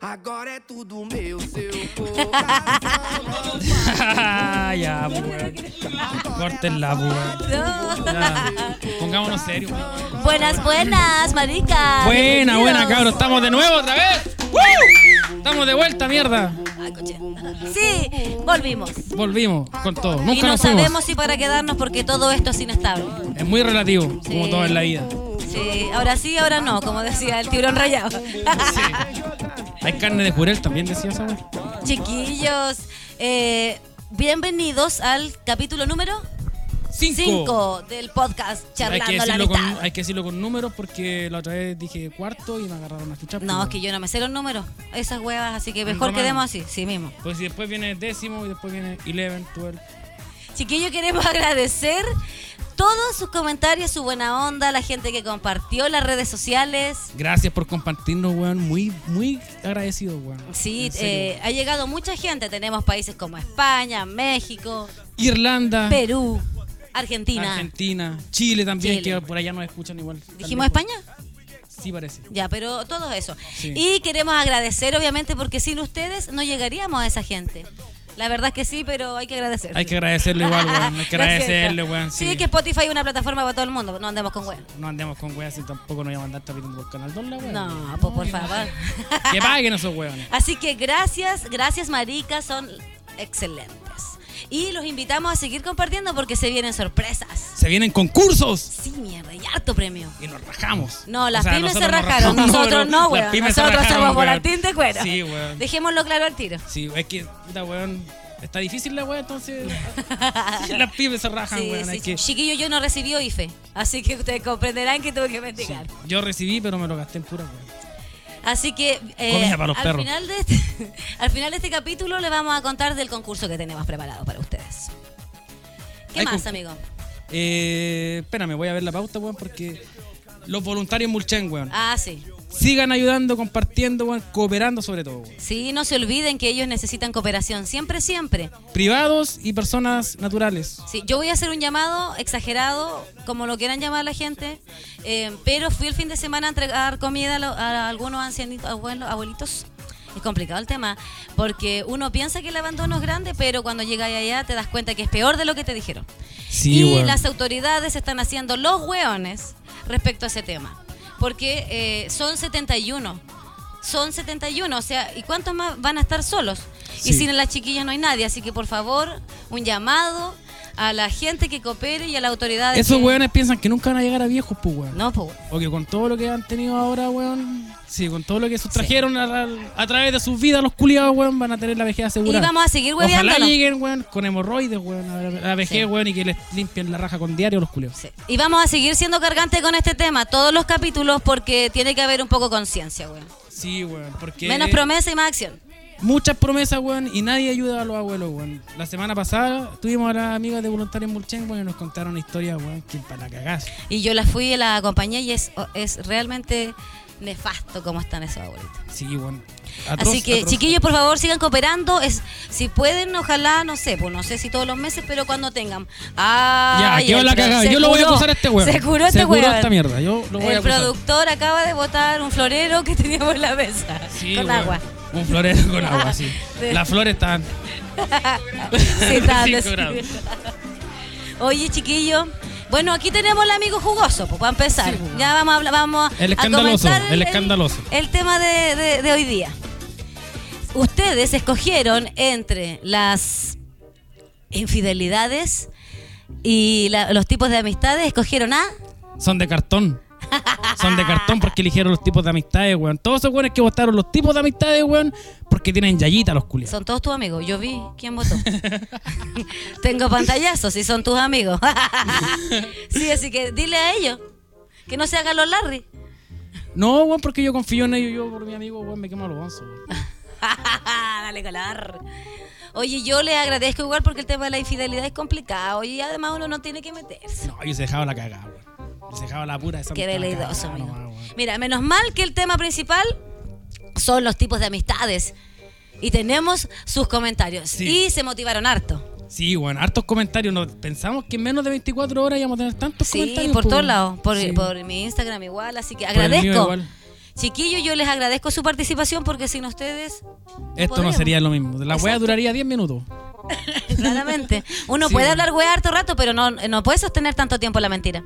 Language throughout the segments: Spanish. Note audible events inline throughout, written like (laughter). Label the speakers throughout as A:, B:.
A: Agora é tudo meu, seu coração.
B: ya, pues, weón. Córtenla, pues, weón. Ya. Pongámonos serios.
C: Buenas, buenas, marica.
B: Buena,
C: Bienvenidos.
B: buena, cabros. Estamos de nuevo otra vez. ¡Woo! Estamos de vuelta, mierda.
C: Ay, coche. Sí, volvimos.
B: Volvimos con todo.
C: y
B: Nunca
C: no
B: nos fuimos.
C: sabemos si para quedarnos porque todo esto es inestable.
B: Es muy relativo,
C: Sí.
B: como todo en la vida.
C: Sí, ahora sí, ahora no, como decía el tiburón rayado.
B: Hay carne de jurel también, decía esa weá.
C: (laughs) Chiquillos, eh, bienvenidos al capítulo número
B: Cinco.
C: 5 del podcast
B: Hay que,
C: Charlando la
B: decirlo con,
C: Mitad.
B: hay que decirlo con números porque la otra vez dije cuarto y me agarraron a fichar. pues,
C: No, es que yo no me sé los números, esas huevas, así que mejor
B: romano.
C: quedemos así, sí mismo.
B: Pues si después viene décimo y después viene 11, 12.
C: Chiquillos, queremos (laughs) agradecer todos sus comentarios, su buena onda, la gente que compartió las redes sociales.
B: Gracias por compartirnos, weón. Muy, muy agradecido, weón.
C: Sí,
B: En serio.
C: eh, ha llegado mucha gente. Tenemos países como España, México,
B: Irlanda,
C: Perú, Argentina.
B: Argentina, Chile también,
C: Chile.
B: que por allá nos escuchan igual. Tan
C: ¿Dijimos
B: lejos.
C: España?
B: Sí, parece.
C: Ya, pero todo eso.
B: Sí.
C: Y queremos agradecer, obviamente, porque sin ustedes no llegaríamos a esa gente. La verdad es que sí, pero hay que agradecer.
B: Hay que agradecerle igual, weón. Hay
C: (laughs)
B: que agradecerle, weón.
C: Sí.
B: Sí,
C: que Spotify es una plataforma para todo el mundo. No andemos con weón.
B: No andemos con weas y tampoco nos iba a mandar tapitando por Canal 2, la weón.
C: No, pues por favor.
B: (laughs)
C: (laughs)
B: Que paguen esos weones.
C: Así que gracias, gracias maricas, son excelentes. Y los invitamos a seguir compartiendo porque se vienen sorpresas.
B: Se vienen concursos
C: Sí, mierda, y harto premio.
B: y nos rajamos.
C: No, las
B: O sea,
C: pymes se
B: nosotros nos
C: rajaron,
B: rajamos, (laughs)
C: nosotros
B: pero
C: no,
B: las
C: weón.
B: pymes se
C: Nosotros
B: rajaron,
C: somos
B: weón.
C: volatín de cuero.
B: Sí, weón.
C: Dejémoslo claro al tiro.
B: Sí, es que, puta, weón, está difícil la weá, entonces (laughs) las pymes se rajan,
C: Sí,
B: weón.
C: sí,
B: hay que-
C: Chiquillo, yo no recibí IFE, E, así que ustedes comprenderán que tuve que
B: sí.
C: mendigar.
B: Yo recibí, pero me lo gasté en pura, weón.
C: Así que eh,
B: Comida para los
C: al,
B: perros.
C: Final de este, (laughs) al final de este capítulo le vamos a contar del concurso que tenemos preparado para ustedes. ¿Qué
B: Hay
C: más,
B: concurso.
C: amigo?
B: Eh, espérame, voy a ver la pauta, weón, porque los voluntarios Mulchen, weón,
C: Ah, sí.
B: sigan ayudando, compartiendo, weón, cooperando sobre todo, weón.
C: Sí, no se olviden que ellos necesitan cooperación, siempre, siempre.
B: Privados y personas naturales.
C: Sí, yo voy a hacer un llamado exagerado, como lo quieran llamar la gente, eh, pero fui el fin de semana a entregar comida a, lo- a algunos ancianitos, abuelos, abuelitos. Es complicado el tema, porque uno piensa que el abandono es grande, pero cuando llegas allá te das cuenta que es peor de lo que te dijeron.
B: Sí,
C: y
B: weón.
C: las autoridades están haciendo los hueones respecto a ese tema, porque eh, son 71. Son 71, o sea, ¿y cuántos más van a estar solos?
B: Sí.
C: Y sin las chiquillas no hay nadie, así que por favor, un llamado a la gente que coopere y a las autoridades.
B: Esos
C: que-
B: weones piensan que nunca van a llegar a viejos, pues, weón.
C: No, pues.
B: O que con todo lo que han tenido ahora, weón. Sí, con todo lo que sustrajeron a, a través de sus vidas los culiados, weón, van a tener la vejez asegurada.
C: Y vamos a seguir
B: Ojalá
C: hueveándonos.
B: lleguen, weón, con hemorroides, weón, a la- a la vejez,
C: Sí.
B: weón, y que les limpien la raja con diario los culiados.
C: Sí. Y vamos a seguir siendo cargantes con este tema, todos los capítulos, porque tiene que haber un poco de conciencia, weón.
B: Sí, weón, porque...
C: Menos promesa y más acción.
B: Muchas promesas, weón, y nadie ayuda a los abuelos, weón. La semana pasada tuvimos a las amigas de Voluntarios Mulchen, weón, y nos contaron historias, weón, que para la cagás.
C: Y yo la fui y la acompañé y es, es realmente nefasto cómo están esos abuelitos.
B: Sí, weón.
C: Así que, chiquillos, por favor, sigan cooperando. Es, si pueden, ojalá, no sé, pues no sé si todos los meses, pero cuando tengan. Ah,
B: Ya, quedó la cagada. Yo lo voy a acusar a este weón.
C: Se curó este
B: Se curó
C: weón.
B: esta mierda. Yo lo voy a
C: el
B: acusar.
C: productor acaba de botar un florero que (laughs) teníamos en la mesa.
B: Sí,
C: con
B: weón.
C: agua.
B: Un florero con agua,
C: (laughs)
B: sí.
C: Sí.
B: Las flores están.
C: Sí, estaba
B: Cinco
C: des-
B: grados.
C: (laughs) Oye, chiquillo. Bueno, aquí tenemos el amigo jugoso, pues para empezar.
B: Sí, pues.
C: ya vamos a hablar, vamos
B: El
C: a
B: escandaloso,
C: comentar
B: el escandaloso.
C: El tema de, de- de hoy día. Ustedes escogieron entre las infidelidades y la- los tipos de amistades, escogieron a...
B: Son de cartón. Son de cartón porque eligieron los tipos de amistades, weón. Todos esos weones que votaron los tipos de amistades, weón, porque tienen yayita los culiados.
C: Son todos tus amigos, yo vi
B: (laughs)
C: quién votó. (laughs) Tengo pantallazos y son tus amigos. (laughs) sí, así que dile a ellos que no se hagan los Larry.
B: No, weón, porque yo confío en ellos. Yo por mi amigo, weón, me quemo a los bonzos, weón.
C: (laughs) Dale color. Oye, yo le agradezco igual porque el tema de la infidelidad es complicado y además uno no tiene que meterse.
B: No, yo se dejaba la cagada, weón. Yo se dejaba la pura de esa
C: Qué veleidoso, amigo.
B: weón.
C: Mira, menos mal que el tema principal son los tipos de amistades. Y tenemos sus comentarios.
B: Sí.
C: Y se motivaron harto.
B: Sí, weón, hartos comentarios. Nos pensamos que en menos de 24 horas íbamos a tener tantos
C: Sí,
B: comentarios.
C: por
B: po,
C: todos
B: weón.
C: lados. Por,
B: pues. Sí.
C: por mi Instagram igual. Así que
B: Por el mío
C: agradezco
B: igual.
C: Chiquillos, yo les agradezco su participación porque sin ustedes,
B: Esto no
C: podríamos.
B: sería lo mismo. La wea
C: Exacto.
B: duraría 10 minutos.
C: (laughs)
B: (laughs)
C: claramente, uno
B: Sí,
C: puede
B: bueno.
C: hablar wea harto rato, pero no, no puede sostener tanto tiempo la mentira.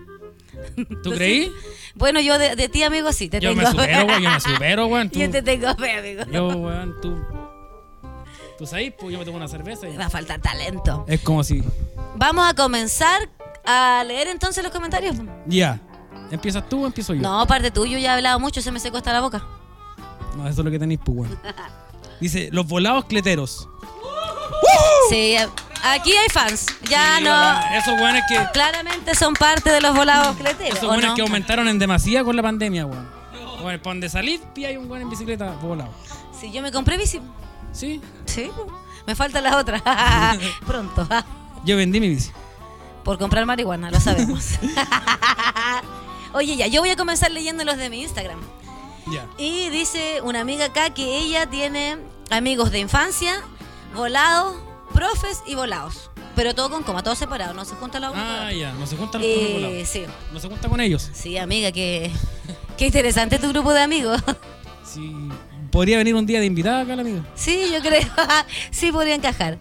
B: ¿Tú creí?
C: Bueno, yo de, de ti, amigo, sí, te
B: Yo
C: tengo
B: me supero, weón.
C: (laughs)
B: Yo me supero, weón. Tú-
C: Yo te tengo fe, amigo.
B: Yo, weón, tú. Tú sabes, pues yo me tomo una cerveza y.
C: Me va a faltar talento.
B: Es como si.
C: Vamos a comenzar a leer entonces los comentarios.
B: Ya. ¿Empiezas tú o empiezo yo?
C: No, parte tuyo, ya he hablado mucho, se me secó hasta la boca.
B: No, eso es lo que tenéis, pues,
C: (laughs)
B: weón. Dice, los volados cleteros.
C: Sí, eh, aquí hay fans. Ya
B: Sí,
C: Ah, no.
B: weón, Esos weones que.
C: Claramente son parte de los volados cleteros.
B: Esos
C: ¿o
B: weones
C: no?
B: que aumentaron en demasía con la pandemia, weón. Bueno, para donde salís, hay un weón en bicicleta volado.
C: Sí, yo me compré bici.
B: ¿Sí?
C: Sí, me faltan las
B: (laughs)
C: otras. Pronto.
B: Yo vendí mi bici.
C: Por comprar marihuana,
B: (laughs)
C: lo sabemos. (laughs) Oye, ya, yo voy a comenzar leyendo los de mi Instagram.
B: Ya.
C: Y dice una amiga acá que ella tiene amigos de infancia, volados, profes y volados. Pero todo con coma, todo separado, no se junta la una.
B: Ah, ya. No se juntan los
C: Eh,
B: volados.
C: sí,
B: No se junta con ellos.
C: sí, amiga, que qué interesante tu grupo de amigos. (laughs)
B: Sí. Podría venir un día de invitada acá, el amigo.
C: Sí, yo creo, (laughs) sí podría encajar.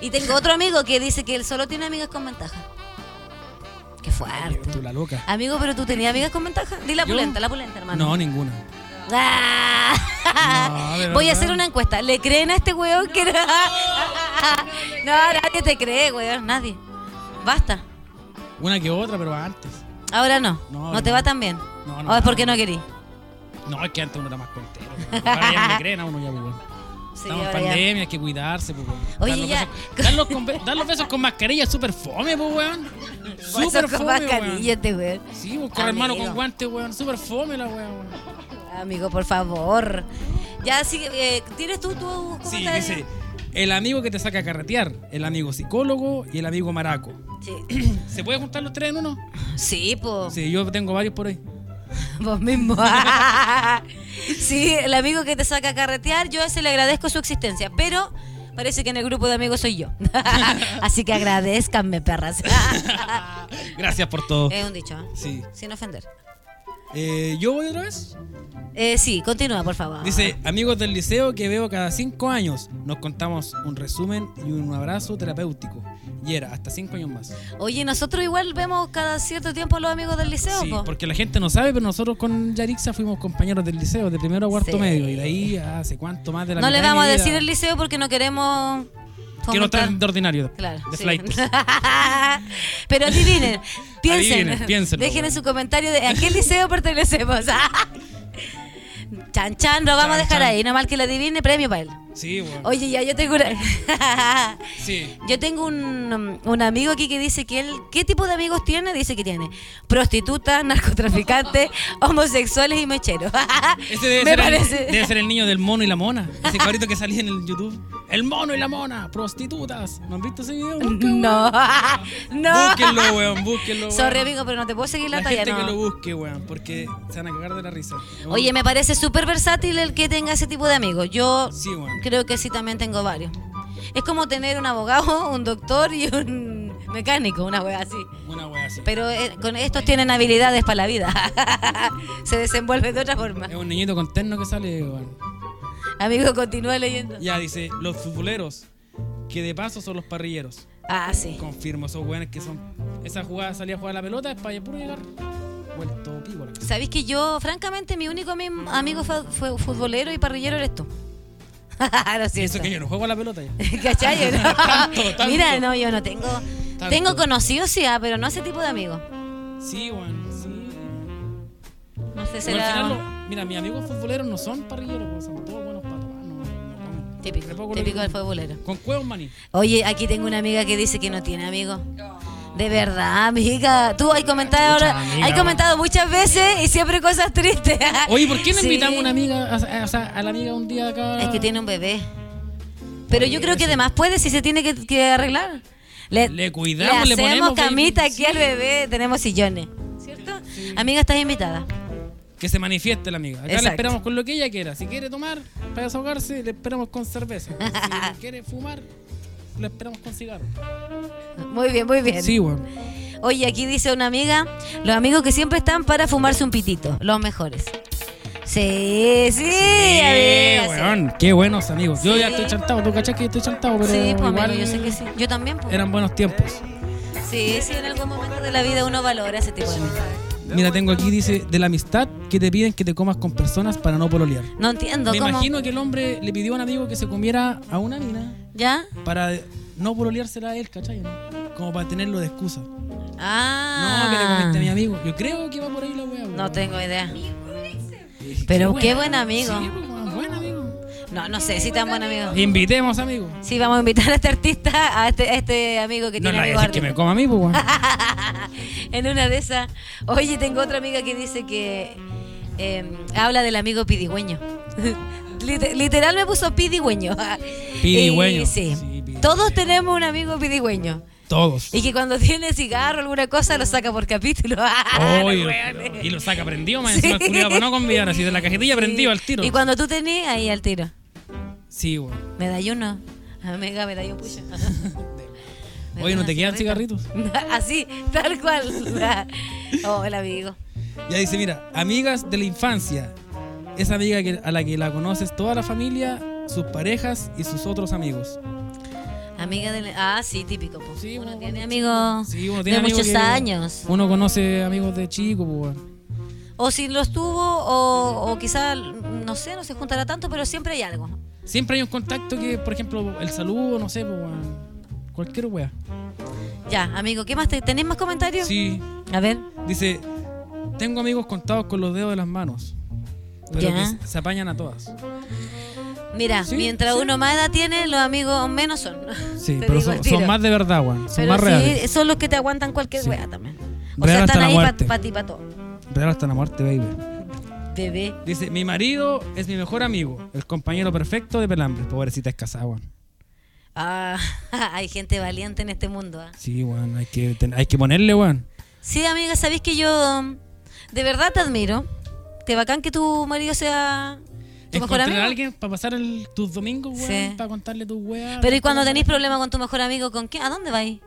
C: Y tengo otro amigo que dice que él solo tiene amigas con ventaja. Qué fuerte.
B: Tú la loca.
C: Amigo, pero tú tenías amigas con ventaja. Di la
B: ¿Yo?
C: pulenta, la pulenta, hermano.
B: No, ninguna.
C: Ah.
B: No, de
C: Voy a
B: verdad.
C: hacer una encuesta. ¿Le creen a este weón que no? No, nadie te cree, weón, nadie. Basta.
B: Una que otra, pero antes.
C: Ahora no.
B: No,
C: No,
B: no.
C: te va tan bien.
B: No, no,
C: o es
B: no,
C: porque no
B: no.
C: querí.
B: No, es que antes uno era más contero. Ahora ya no le creen a uno ya, pues, bueno.
C: (laughs) Sí,
B: Estamos en
C: ahora ya.
B: pandemia, hay que cuidarse, pues, weón.
C: Oye,
B: Dar los
C: ya.
B: besos- dar, los con, dar los besos con mascarilla es súper fome, pues, weón.
C: Por eso
B: Súper
C: con
B: fome,
C: mascarilla
B: weón.
C: este weón.
B: Sí, pues, con hermano
C: Amigo.
B: con guante, weón. Súper fome la weón. weón.
C: Amigo, por favor. Ya sigue. eh, ¿Tienes tú tu
B: Sí,
C: comentario?
B: dice, el amigo que te saca a carretear, el amigo psicólogo y el amigo maraco.
C: Sí, (clears throat)
B: ¿Se puede juntar los tres en uno?
C: sí pues
B: Sí, yo tengo varios por ahí.
C: (laughs) vos mismo. sí, el amigo que te saca a carretear, yo a ese le agradezco su existencia, pero parece que en el grupo de amigos soy yo. (laughs) Así que
B: (laughs)
C: agradezcanme, perras.
B: Gracias por todo.
C: es un dicho, ¿eh?
B: Sí.
C: sin ofender.
B: Eh, ¿Yo voy otra vez?
C: Eh, sí, continúa, por favor.
B: Dice, amigos del liceo que veo cada cinco años, nos contamos un resumen y un abrazo terapéutico. Y era, hasta cinco años más.
C: Oye, nosotros igual vemos cada cierto tiempo a los amigos del liceo,
B: Sí,
C: po.
B: porque la gente no sabe, pero nosotros con Yarixa fuimos compañeros del liceo, de primero a cuarto
C: Sí.
B: medio, y de ahí a hace cuánto más de la
C: No
B: mitad
C: le
B: de mi
C: vamos a
B: vida,
C: decir el liceo porque no queremos.
B: Que no
C: fomentar-
B: están de ordinario,
C: Claro.
B: de
C: sí.
B: flight.
C: (laughs)
B: (laughs)
C: Pero adivinen, piensen,
B: Adivinen, piénsenlo,
C: dejen en
B: bueno.
C: su comentario de a qué liceo pertenecemos. (laughs) chan chan, lo vamos a
B: Chan, chan.
C: dejar ahí, nomás el que le adivine, premio para él.
B: Sí, bueno.
C: Oye, ya yo tengo una... (laughs)
B: Sí.
C: yo tengo un, um, un amigo aquí que dice que él, ¿qué tipo de amigos tiene? Dice que tiene prostitutas,
B: (laughs)
C: narcotraficantes, homosexuales y mecheros.
B: Ese debe,
C: (laughs) Me
B: ser
C: parece.
B: El, debe ser el niño del mono y la mona.
C: (laughs)
B: Ese cabrito que salía en el YouTube. El mono y la mona, prostitutas. ¿No han visto ese video? Nunca, weón.
C: no, (laughs) no.
B: Búsquenlo, weón, búsquenlo. weón.
C: Sorry, amigo, pero no te puedo seguir la,
B: La
C: talla,
B: gente
C: no.
B: que lo busque, weón, porque se van a cagar de la risa.
C: Oye, me parece súper versátil el que tenga ese tipo de amigos. Yo
B: Sí, weón.
C: creo que sí también tengo varios. Es como tener un abogado, (laughs) un doctor y un mecánico, una wea así.
B: Una wea así.
C: Pero eh, con estos tienen habilidades para la vida. (laughs) Se desenvuelve de otra forma.
B: Es un niñito con terno que sale, weón.
C: Amigo, continúa leyendo.
B: Ya dice, los futboleros, que de paso son los parrilleros.
C: Ah, sí.
B: Confirmo, esos weones que son. Esa jugada salía a jugar a la pelota es para puro llegar. Vuelto pico la casa.
C: Sabéis que yo, francamente, mi único mi- amigo fa- fue futbolero y parrillero eres tú. (laughs) Lo siento.
B: Eso que yo no juego a la pelota ya.
C: (laughs) ¿Cachai? No.
B: (laughs) Tanto, tanto.
C: Mira, no, yo no tengo.
B: Tanto.
C: Tengo conocidos, sí, ah, pero no ese tipo de amigos.
B: Sí, weón, sí.
C: No sé,
B: Pero al
C: será.
B: final lo- mira, mis amigos futboleros no son parrilleros, weón, son todos buenos patos. ah, no, no comen. Me
C: Típico,
B: pongo lo
C: típico
B: que-
C: del futbolero.
B: Con cuevos, maní.
C: Oye, aquí tengo una amiga que dice que no tiene amigos. De verdad, amiga. Tú has comentado
B: Muchas
C: ahora,
B: amigas,
C: has comentado muchas veces y siempre cosas tristes.
B: (laughs) Oye, ¿por qué no
C: Ah, Sí.
B: invitamos a una amiga, a, a- o sea, a la amiga un día acá?
C: Es que tiene un bebé. Pero yo creo que además puede si se tiene que, que arreglar.
B: Le cuidamos, le
C: hacemos
B: ponemos baby-
C: camita aquí
B: sí.
C: al bebé, tenemos sillones. ¿Cierto? Amiga, estás invitada.
B: Que se manifieste la amiga. Acá
C: Exacto.
B: la esperamos con lo que ella quiera. Si quiere tomar para desahogarse, le esperamos con
C: (laughs)
B: cerveza. Si quiere fumar, le esperamos con cigarro.
C: Muy bien, muy bien.
B: Sí, weón.
C: Oye, aquí dice una amiga, los amigos que siempre están para fumarse un pitito, los mejores. Sí, sí, amigo, sí.
B: weón, qué buenos amigos. Yo
C: Sí.
B: ya estoy chantado, tú cachas que yo estoy chantado, pero
C: Sí, pues
B: igual
C: amigo, yo sé que sí. Yo también, pues.
B: eran buenos tiempos.
C: Sí, sí, en algún momento de la vida uno valora ese tipo de amistades.
B: Mira, tengo aquí, dice, de la amistad que te piden que te comas con personas para no pololear.
C: No entiendo
B: Me
C: cómo.
B: imagino que el hombre le pidió a un amigo que se comiera a una mina
C: ¿Ya?
B: para no pololeársela a él, ¿cachai? no? Como para tenerlo de excusa.
C: Ah.
B: No, que te comiste a mi amigo. Yo creo que va por ahí la wea.
C: No
B: weón.
C: tengo idea.
B: Qué
C: Pero qué
B: buena.
C: buen amigo.
B: Sí, pues, weón, buen amigo.
C: No, no sé si tan buen amigo.
B: Invitemos, amigo.
C: Sí, vamos a invitar a este artista, a este, a este amigo que
B: No le voy
C: tiene
B: a
C: amigo
B: decir que me
C: artista.
B: coma a mí, pues, weón.
C: En una de esas. Oye, tengo otra amiga que dice que eh, habla del amigo pidigüeño. (laughs) Liter- Literal me puso pidigüeño.
B: (laughs) Pidigüeño.
C: Y sí.
B: Sí, pidigüeño.
C: Todos tenemos un amigo pidigüeño.
B: Todos.
C: (laughs) Y que cuando tiene cigarro o alguna cosa lo saca por capítulo. (laughs)
B: Oy,
C: Los
B: y
C: weones.
B: lo saca prendido, más
C: Ah, (laughs) Sí.
B: encima el culiao, para no convidar, así de la cajetilla prendido al tiro.
C: Y cuando tú tenés, ahí al tiro.
B: Sí, weón.
C: Medalluno. Amiga, medallo (laughs) pucha.
B: Oye, ¿no te quedan
C: Medallo,
B: cigarritos?
C: (laughs) Así,
B: (laughs)
C: tal cual. Oh, el amigo.
B: Ya dice, mira, amigas de la infancia. Esa amiga que- a la que la conoces toda la familia, sus parejas y sus otros amigos.
C: Amiga de la- Ah, sí, típico. po.
B: Sí,
C: uno
B: uno-
C: tiene amigos
B: Sí, uno tiene
C: de
B: amigos
C: muchos
B: que-
C: años.
B: Uno conoce amigos de chico, pues, weón.
C: O si los tuvo, o, o quizá, no sé, no se juntará tanto, pero siempre hay algo.
B: Siempre hay un contacto que, por ejemplo, el saludo, no sé, pues, weón. Cualquier wea.
C: Ya, amigo, ¿qué más? Te, ¿Tenés más comentarios?
B: Sí,
C: A ver.
B: dice, tengo amigos contados con los dedos de las manos. Pero
C: Ya.
B: que se apañan a todas.
C: Mira,
B: Sí,
C: mientras
B: sí.
C: uno más edad tiene, los amigos menos son. (laughs)
B: Sí,
C: Te
B: pero
C: digo
B: son,
C: al
B: son
C: tiro.
B: más de verdad, weón. Son
C: Pero
B: más
C: sí,
B: reales.
C: son los que te aguantan cualquier
B: Sí.
C: wea también. O
B: Real
C: sea,
B: hasta
C: están
B: la
C: ahí para
B: muerte.
C: ti, para todo.
B: Real hasta la muerte, baby.
C: Bebé.
B: Dice, mi marido es mi mejor amigo, el compañero perfecto de Pelambres. Pobrecita es casada, weón.
C: Ah, (laughs) hay gente valiente en este mundo. ah.
B: Sí, weón, hay que, ten- hay que ponerle, weón.
C: Sí, amiga, sabéis que yo um, de verdad te admiro. Te bacán que tu marido sea tu mejor
B: Encontrar
C: amigo.
B: a alguien para pasar el- tus domingos, weón,
C: Sí.
B: para contarle tus weas.
C: Pero ¿y cuando tenéis problemas con tu mejor amigo, con quién? ¿A dónde vais?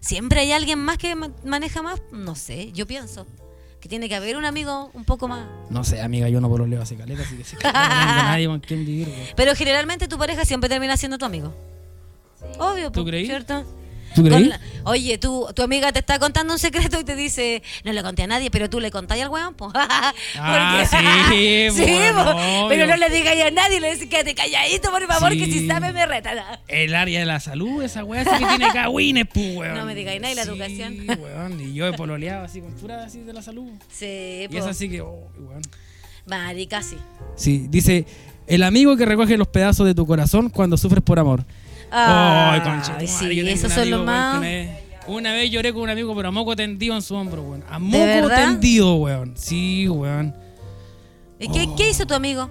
C: ¿Siempre hay alguien más que ma- maneja más? No sé, yo pienso que tiene que haber un amigo un poco más.
B: No sé, amiga, yo no pololeo hace caleta, así que
C: (laughs)
B: se cae, no tengo nadie con quien vivir, weón.
C: Pero generalmente tu pareja siempre termina siendo tu amigo. Obvio,
B: ¿Tú
C: po,
B: creí?
C: ¿cierto?
B: ¿Tú
C: Con
B: creí?
C: la- oye, tú, tu amiga te está contando un secreto y te dice, no le conté a nadie, pero tú le contáis al weón, po. (laughs)
B: Ah,
C: Porque-
B: sí,
C: (laughs) sí,
B: po,
C: po.
B: obvio.
C: pero no le digáis a nadie, le decís quédate calladito, por favor, que
B: Sí.
C: si sabe me reta. (laughs)
B: El área de la salud, esa wea, así que tiene cagüines, pues, weón.
C: No me digáis nada, y la
B: Sí,
C: educación.
B: weón, y yo he pololeado así con pura así de la salud.
C: Sí,
B: Y
C: po.
B: es así que, oh, weón.
C: Marica, sí.
B: Sí, dice el amigo que recoge los pedazos de tu corazón cuando sufres por amor.
C: Ay,
B: concha tu madre,
C: Ah, sí,
B: yo tengo
C: esos
B: un
C: son
B: amigo, weón,
C: los
B: que
C: más-
B: una vez- Una vez lloré con un amigo, pero a moco tendido en su hombro, weón. A moco
C: verdad?
B: tendido, weón. Sí, weón.
C: ¿Y ¿Qué,
B: Oh.
C: qué hizo tu amigo?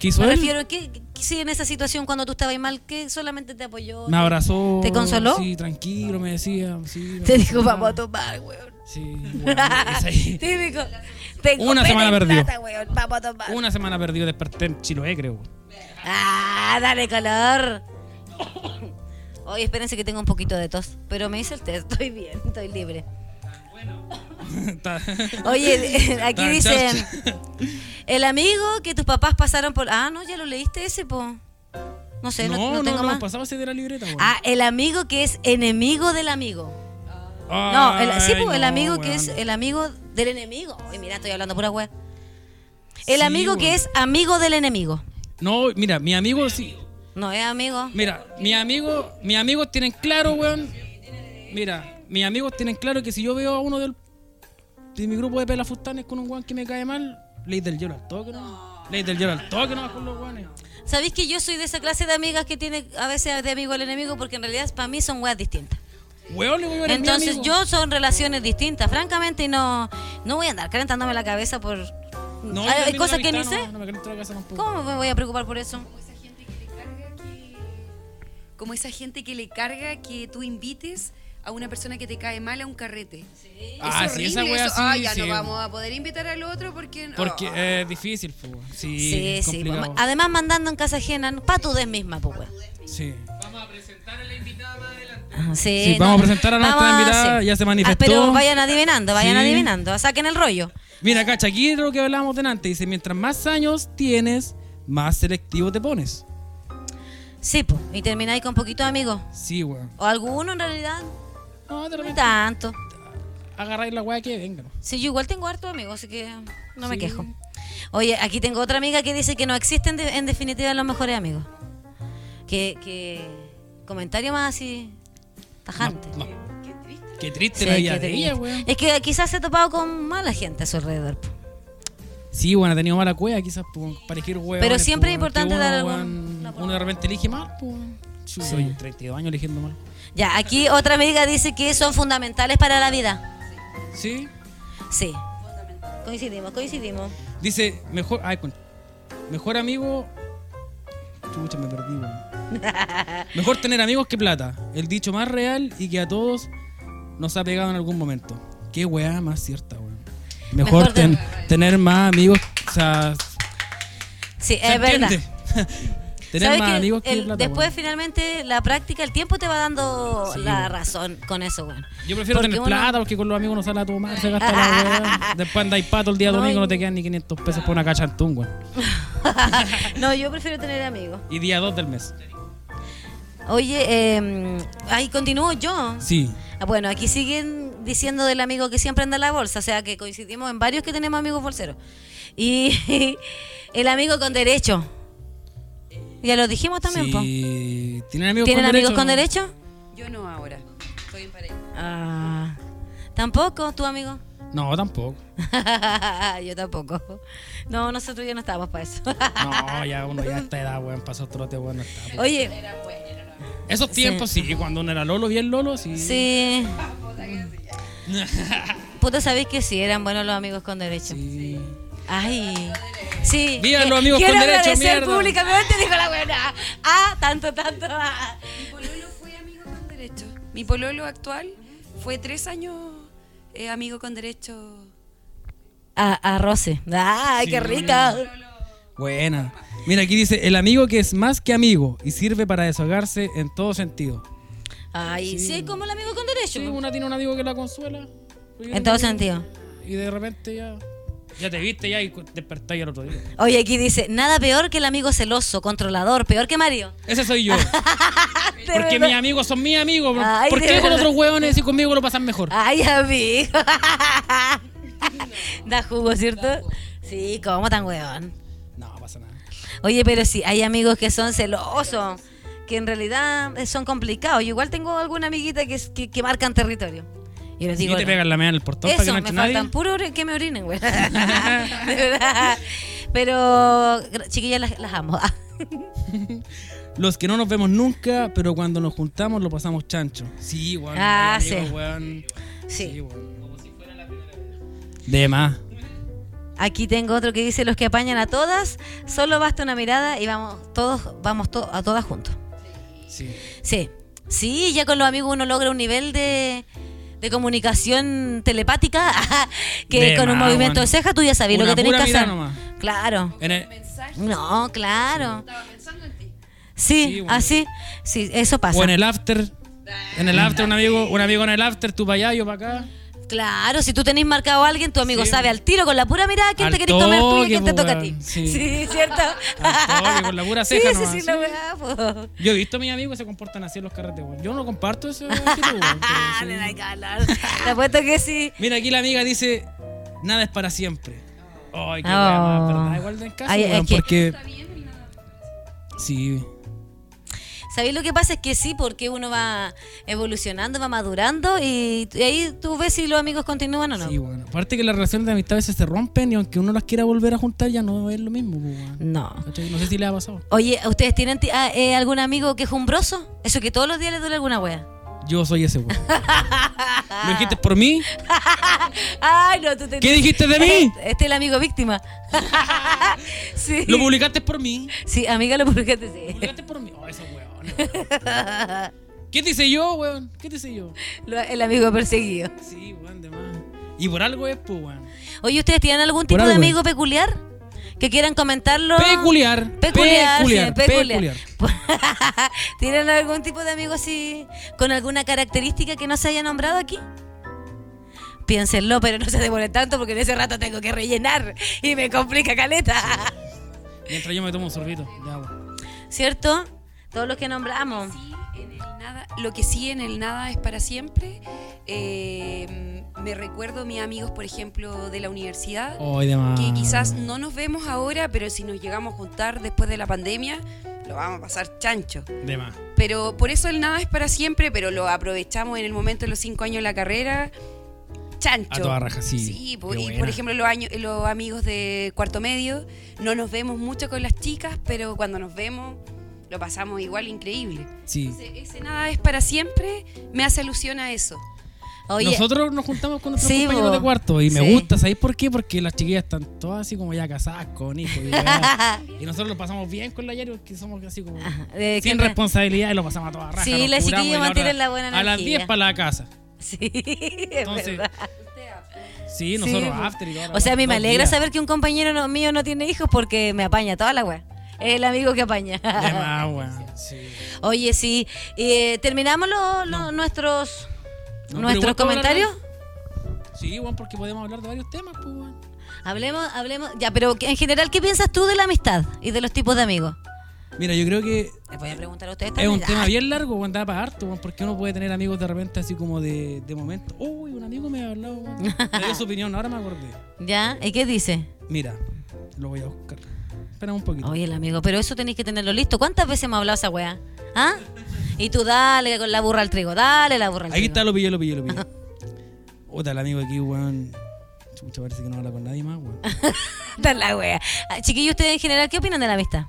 B: ¿Qué hizo
C: Me
B: él?
C: refiero, ¿qué, qué- sí, en esa situación cuando tú estabas mal? que solamente te apoyó?
B: Me abrazó.
C: ¿Te consoló?
B: Sí, tranquilo, me decía. Sí,
C: Te
B: no
C: dijo,
B: pasa
C: vamos a
B: nada".
C: tomar, weón.
B: Sí, weón, es ahí.
C: (laughs) Típico. Tengo
B: Una
C: pena
B: semana
C: en
B: perdido.
C: plata, weón, Vamos a tomar.
B: Una semana perdido, desperté en Chiloé, creo. (laughs)
C: Ah, dale calor. Oye, espérense que tengo un poquito de tos, pero me hice el test, (laughs) estoy bien, estoy libre.
B: Está-
C: Oye,
B: Está
C: aquí
B: en
C: dicen, (laughs)
B: charcha.
C: el amigo que tus papás pasaron por... Ah, no, ya lo leíste ese, po. No sé, no,
B: No,
C: no
B: no,
C: tengo
B: no,
C: más.
B: pasaba ese de la libreta, weón.
C: Ah, el amigo que es enemigo del amigo. No, el, sí,
B: Ah, Ay,
C: po, el
B: no,
C: amigo que es eh,
B: weón.
C: el amigo del enemigo. Oye, mira, estoy hablando pura web. El
B: Sí,
C: amigo que
B: weón.
C: es amigo del enemigo.
B: No, mira, mi amigo sí.
C: No es amigo.
B: Mira, mi amigo, mis amigos tienen claro, weón. Mira, mis amigos tienen claro que si yo veo a uno del, de mi grupo de pelafustanes con un weón que me cae mal, ley del hielo al toque, ¿no? Ley del hielo al toque, ¿no? Con los weones.
C: ¿Sabéis que yo soy de esa clase de amigas que tiene a veces de amigo al enemigo? Porque en realidad para mí son weas distintas.
B: Weón, weón, eres mi
C: Entonces
B: amigo.
C: yo son relaciones distintas, francamente, y no, no voy a andar calentándome la cabeza por... Ah,
B: No, yo
C: hay hay
B: también
C: cosas
B: la
C: que ni
B: amistad,
C: sé.
B: No, no me caliento la casa tampoco.
C: ¿Cómo me voy a preocupar por eso?
D: esa gente que le carga que como esa gente que le carga que tú invites a una persona que te cae mal a un carrete. Es
B: Ah, sí, esa
D: horrible
B: wea
D: eso.
B: sí,
D: Ah, ya
B: sí.
D: no vamos a poder invitar al otro porque
B: Porque
D: Ah.
B: eh, es difícil, pues, weón. Sí,
C: Sí,
B: es
C: sí.
B: complicado.
C: pues, Además mandando en casa ajena, pa' tú des misma, pues. wea.
B: sí.
C: Sí,
B: Sí, vamos a presentar a nuestra invitada, ya se manifestó.
C: pero Ah, vayan adivinando, vayan
B: Sí.
C: adivinando, saquen el rollo.
B: Mira, cacha, aquí es lo que hablábamos delante. Dice, mientras más años tienes, más selectivo te pones.
C: Sí, po, y termináis con poquitos amigos.
B: Sí, weón.
C: O alguno en realidad,
B: No, de
C: no
B: repente
C: tanto.
B: agarráis la weá que venga. ¿no?
C: Sí, yo igual tengo harto amigos, así que no me
B: Sí.
C: quejo. Oye, aquí tengo otra amiga que dice que no existen de- en definitiva los mejores amigos. Que, que comentario más así tajante.
B: No. Qué triste
C: Sí,
B: la vida
C: que
B: de
C: te-
B: ella, weón.
C: es que quizás se ha topado con mala gente a su alrededor. po.
B: Sí, bueno, ha tenido mala cueva quizás por parejir huevos.
C: Pero siempre es importante dar algún- la
B: Uno de repente elige mal, pues. Yo
C: Sí.
B: soy 32 años eligiendo mal.
C: Ya, aquí otra amiga dice que son fundamentales para la vida.
B: Sí.
C: Sí. Coincidimos, coincidimos.
B: Dice, mejor. Ay, con- mejor amigo. Chucha, me perdí,
C: (laughs)
B: weón. Mejor tener amigos que plata. El dicho más real y que a todos nos ha pegado en algún momento. Qué weá más cierta, weón. Mejor,
C: Mejor
B: ten-
C: de-
B: tener más amigos. O sea,
C: Sí,
B: ¿se
C: es verdad.
B: (laughs) entiende? tener
C: ¿Sabes
B: más
C: que
B: amigos que
C: el-
B: plata.
C: Después,
B: weón.
C: finalmente, la práctica, el tiempo te va dando
B: Sí,
C: la
B: bueno.
C: razón con eso, bueno.
B: Yo prefiero
C: porque
B: tener
C: uno-
B: plata porque con los amigos no sale a tomar, se gasta la (laughs) weá. Después andáis pato el día
C: No,
B: domingo,
C: y-
B: no te quedan ni 500 pesos por una cacha de atún, weón.
C: (laughs) no, yo prefiero tener amigos.
B: Y día 2 del mes.
C: Oye, eh, ahí continúo yo.
B: Sí.
C: Ah, Bueno, aquí siguen diciendo del amigo que siempre anda en la bolsa, o sea que coincidimos en varios que tenemos amigos bolseros. Y (laughs) el amigo con derecho. Ya lo dijimos también, po.
B: Sí. ¿Tienen amigos
C: ¿Tienen
B: con
C: amigos
B: derecho?
C: con
B: no?
C: derecho?
D: Yo no ahora. Estoy en pareja.
C: Ah, Tampoco, tu amigo. (laughs)
B: No, tampoco.
C: Yo tampoco. No, nosotros ya no estábamos para eso. (laughs)
B: (laughs) No, ya uno ya a esta edad, weón, pasó trote, weón, no está.
C: Oye,
B: Esos tiempos sí, cuando uno era Lolo, bien Lolo, sí.
C: sí. Puta, sabéis que sí, eran buenos los amigos con derecho.
B: Sí.
C: Ay. Sí.
B: Viva
C: que-
B: los amigos
C: quiero
B: con derecho,
C: agradecer
B: mierda.
C: públicamente, dijo la buena. Ah, tanto, tanto. ah.
D: Mi pololo fue amigo con derecho. Mi pololo actual fue tres años eh, amigo con derecho.
C: A, a Rose. Ay, qué rica.
B: Buena. Mira, aquí dice, el amigo que es más que amigo y sirve para desahogarse en todo sentido.
C: Ay, sí, es como el amigo con derecho.
B: Sí, una tiene un amigo que la consuela.
C: En todo sentido.
B: Y de repente ya... Ya te viste ya y cu- despertáis al otro día.
C: Oye, aquí dice, nada peor que el amigo celoso, controlador, peor que Mario.
B: Ese soy
C: (laughs)
B: yo. Porque mis amigos son mis amigos. ¿Por-
C: Ay,
B: ¿Por
C: de
B: qué con
C: verdad.
B: otros hueones y conmigo lo pasan mejor?
C: Ay, amigo. (laughs) da jugo, ¿cierto? Sí, como tan weón.
B: No, pasa nada.
C: Oye, pero sí, hay amigos que son celosos, que en realidad eh, son complicados. Yo igual tengo alguna amiguita que, es- que, que marcan territorio. Yo les digo,
B: y te
C: no.
B: pegan la mea en el portón para que
C: eso,
B: no
C: me
B: entre
C: faltan
B: nadie.
C: puro ori- que me orinen, güey. (laughs) De
B: (laughs)
C: verdad. Pero, gra- chiquillas, las, las amo. (laughs)
B: Los que no nos vemos nunca, pero cuando nos juntamos lo pasamos chancho. Sí, weón.
C: Ah,
B: hay amigos,
C: sí.
B: weón.
C: Sí.
B: weón. De más.
C: Aquí tengo otro que dice, los que apañan a todas, solo basta una mirada y vamos todos, vamos to- a todas juntos.
B: Sí.
C: Sí, sí, ya con los amigos uno logra un nivel de, de comunicación telepática (laughs) que
B: De
C: con un
B: más,
C: movimiento de
B: weón.
C: ceja tú ya sabías
B: Una
C: lo que tenés
B: pura
C: que
B: mirada
C: hacer.
B: nomás.
C: Claro.
B: En el-
C: No, claro.
D: Pensando en ti.
C: Sí,
B: Sí, weón.
C: así. Sí, eso pasa. Ah.
B: o en el after. En el after, un amigo, un amigo en el after, tú para allá, yo para acá.
C: Claro, si tú tenés marcado a alguien, tu amigo
B: Sí,
C: sabe al tiro con la pura mirada quién
B: Al
C: te querés comer tú y
B: toque,
C: quién te
B: po,
C: toca a ti.
B: weón.
C: Sí,
B: Sí.
C: ¿cierto?
B: Al toque, con la pura ceja
C: (laughs) Sí,
B: nomás,
C: sí, sí,
B: sí.
C: la weá, po.
B: Yo he visto a mis amigos que se comportan así en los carretes, weón. Yo no comparto
C: (laughs)
B: eso. actitud, weón, pero
C: Ah,
B: sí.
C: le da que hablar. Te apuesto que sí.
B: Mira, aquí la amiga dice: Nada es para siempre. Ay, qué
C: Oh.
B: weá más, ¿verdad? Igual de en casa,
C: Ay,
B: weón,
C: es que-
B: porque. Sí.
C: ¿Sabéis lo que pasa? Es que sí, porque uno va evolucionando, va madurando y, y ahí tú ves si los amigos continúan o no.
B: Sí, bueno. Aparte que las relaciones de amistad a veces se rompen y aunque uno las quiera volver a juntar ya no es lo mismo, pues, weón.
C: No.
B: ¿Cachai? No sé si le ha pasado.
C: Oye, ¿ustedes tienen ti- ah, eh, algún amigo quejumbroso? Eso que todos los días le duele alguna wea. (laughs)
B: Yo soy ese, weón. ¿Lo dijiste por mí?
C: Ay, no, tú te...
B: ¿Qué dijiste de mí?
C: Este, es el amigo víctima. (laughs) sí.
B: ¿Lo publicaste por
C: (laughs)
B: mí?
C: Sí, amiga, lo publicaste,
B: ¿Lo
C: sí.
B: publicaste por mí? Oh, esos weones, weón. ¿Qué te hice yo, weón? ¿Qué te hice yo?
C: Lo- el amigo perseguido.
B: Sí, weón, de más. Y por algo es, pues, weón.
C: Oye, ¿ustedes tienen algún tipo
B: algo
C: de
B: es.
C: amigo peculiar? Que quieran comentarlo.
B: Peculiar.
C: Peculiar,
B: Peculiar.
C: sí, peculiar.
B: peculiar.
C: (laughs) ¿Tienen algún tipo de amigo así con alguna característica que no se haya nombrado aquí? piénsenlo, pero no se demoren tanto porque en ese rato tengo que rellenar y me complica caleta.
B: Mientras yo me tomo un sorbito de agua.
C: ¿Cierto? Todos los que nombramos.
D: Sí, en el nada- lo que sí en el nada es para siempre. Eh, me recuerdo mis amigos, por ejemplo, de la universidad,
B: Hoy de más.
D: que quizás no nos vemos ahora, pero si nos llegamos a juntar después de la pandemia, lo vamos a pasar chancho.
B: De más.
D: Pero por eso el nada es para siempre, pero lo aprovechamos en el momento de los cinco años de la carrera. Chancho.
B: A toda raja, sí.
D: po-
B: Qué
D: y
B: buena.
D: por ejemplo, los, años, los amigos de cuarto medio, no nos vemos mucho con las chicas, pero cuando nos vemos, lo pasamos igual increíble.
B: Sí.
D: Entonces, ese nada es para siempre me hace alusión a eso.
C: Oye, (laughs)
B: Nosotros nos juntamos con nuestros
C: Sí,
B: compañeros
C: bo.
B: de cuarto y me
C: Sí.
B: gusta, ¿sabéis por qué? Porque las chiquillas están todas así como ya casadas con hijos. Y,
C: (laughs)
B: weá. Y nosotros lo pasamos bien con la Yari porque somos así como
C: eh,
B: sin
C: que-
B: responsabilidad y lo pasamos a toda raja.
C: Sí,
B: nos
C: las
B: curamos
C: chiquillas
B: y
C: mantienen
B: otra-
C: la buena
B: A las
C: energía.
B: 10 para la casa.
C: (laughs) Sí, es
B: Entonces,
C: verdad.
B: sí, nosotros
C: Sí,
B: after y todo.
C: O sea, a mí me alegra saber que un compañero no- mío no tiene hijos porque me apaña toda la wea. Es el amigo que apaña.
B: De más, weón. Sí.
C: Oye, sí. eh, ¿Terminamos lo- lo- nuestros,
B: No, pero
C: nuestros
B: igual podemos
C: comentarios?
B: Sí, weón, porque podemos hablar de varios temas, pues, weón.
C: Hablemos, hablemos. Ya, pero en general, ¿qué piensas tú de la amistad y de los tipos de amigos?
B: Mira, yo creo que
C: Les voy a preguntar a ustedes
B: Es
C: también.
B: un tema
C: Ah,
B: bien largo, weón, da para harto, weón, porque uno puede tener amigos de repente así como de, de momento. Uy, un amigo me ha hablado, (laughs) weón. Me dio su opinión, ahora me acordé.
C: ¿Ya? ¿Y qué dice?
B: Mira, lo voy a buscar. Espera un poquito.
C: Oye, el amigo, pero eso tenéis que tenerlo listo. ¿Cuántas veces hemos hablado esa weá? ¿Ah? Y tú dale con la burra al trigo, dale la burra al
B: Aquí
C: trigo.
B: está, lo pillé, lo pillé, lo pillé. (laughs) Otra, el amigo aquí, weón. Chucha, parece que no habla con nadie más, (laughs) weón.
C: (laughs) Está la wea. Ah, Chiquillos, ustedes en general, ¿qué opinan de la amistad?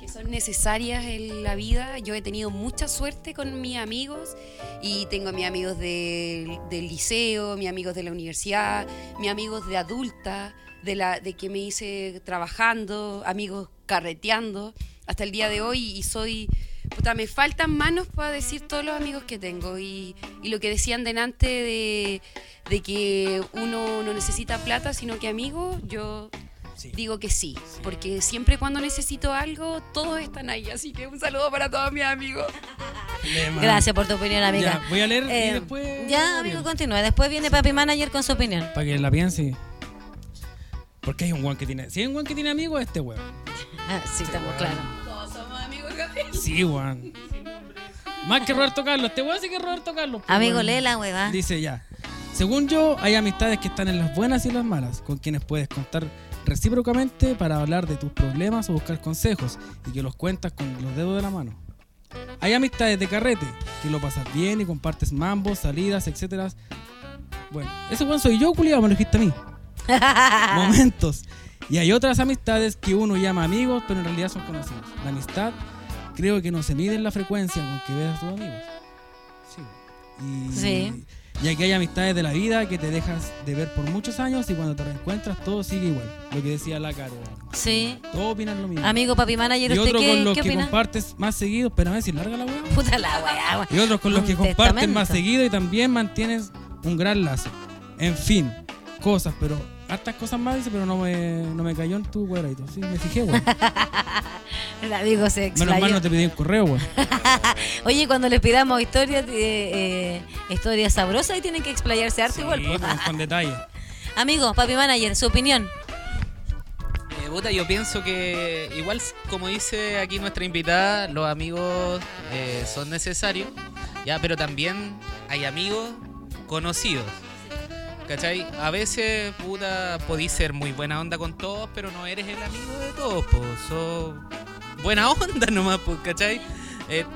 D: que son necesarias en la vida. Yo he tenido mucha suerte con mis amigos y tengo a mis amigos del, del liceo, mis amigos de la universidad, mis amigos de adulta, de, la, de que me hice trabajando, amigos carreteando hasta el día de hoy y soy... Puta, me faltan manos para decir todos los amigos que tengo y, y lo que decían delante de, de que uno no necesita plata, sino que amigos, yo
B: Sí.
D: Digo que sí, porque siempre cuando necesito algo, todos están ahí. Así que un saludo para todos mis amigos.
B: De más.
C: Gracias por tu opinión, amiga.
B: Ah. Ya,
C: Eh,
B: voy a leer y después-
C: Ya, amigo, continúa. Después viene Papi Manager con su opinión.
B: Para que la piense. Porque hay un weón que tiene. Si hay un weón que tiene amigos, es este weón.
C: Ah, sí, estamos claros.
D: Todos somos amigos,
B: Sí, weón. Más que Roberto Carlos. Este weón sí que es Roberto Carlos. pues,
C: Amigo,
B: weón.
C: lee la hueva. (laughs)
B: Dice ya. Según yo, hay amistades que están en las buenas y en las malas, con quienes puedes contar recíprocamente para hablar de tus problemas o buscar consejos, y que los cuentas con los dedos de la mano. Hay amistades de carrete, que lo pasas bien y compartes mambos, salidas, etcétera. Bueno, ese buen soy yo, culiado, me lo dijiste a mí.
C: Ah.
B: Momentos. Y hay otras amistades que uno llama amigos, pero en realidad son conocidos. La amistad creo que no se mide en la frecuencia con que ves a tus amigos. Sí. Y,
C: Sí.
B: Ya que hay amistades de la vida que te dejas de ver por muchos años y cuando te reencuentras todo sigue igual. Lo que decía la Caro.
C: Sí.
B: Todos opinan lo mismo.
C: Amigo Papi Manager,
B: y
C: ¿usted
B: otro con
C: qué,
B: los
C: qué
B: que
C: opina?
B: compartes más seguido. Espérame, si larga la weá.
C: Puta la hueá.
B: Y otros con los
C: Un
B: que compartes más
C: testamento.
B: seguido y también mantienes un gran lazo. En fin, cosas, pero hartas cosas más dice, pero no me, no me cayó en tu cuadradito. Sí, me fijé,
C: (laughs)
B: güey.
C: El amigo se
B: Menos mal
C: explayó.
B: no te pedí un correo, güey.
C: Oye, cuando les pidamos historias eh, eh, historias sabrosas, ahí tienen que explayarse (laughs) harto
B: Sí,
C: igual. pues. po.
B: con, con detalle.
C: Amigo, Papi Manager, su opinión.
E: Eh, puta, yo pienso que igual como dice aquí nuestra invitada, los amigos eh, son necesarios, ya, pero también hay amigos conocidos. ¿Cachai? A veces, puta, podís ser muy buena onda con todos, pero no eres el amigo de todos, po. Sos buena onda (laughs) nomás, pues, ¿cachai? Eh,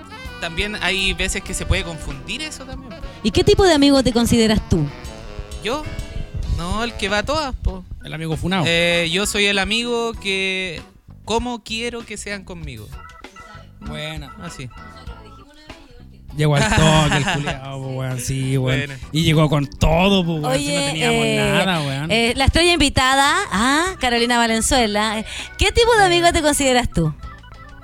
E: también hay veces que se puede confundir eso también. po.
C: ¿Y qué tipo de amigo te consideras tú?
E: Yo, no, el que va a todas, pues.
B: El amigo Funao.
E: Eh, yo soy el amigo que. ¿Cómo quiero que sean conmigo? Ah,
B: Buena.
E: Así.
B: Llegó al toque el culiao, po, güey. Sí, güey.
E: Buena.
B: Y llegó con todo, pues, güey. Si
C: Oye,
B: no teníamos
C: eh,
B: nada, güey.
C: eh, la estrella invitada, ah, Carolina Valenzuela. ¿Qué tipo de amigo te consideras tú?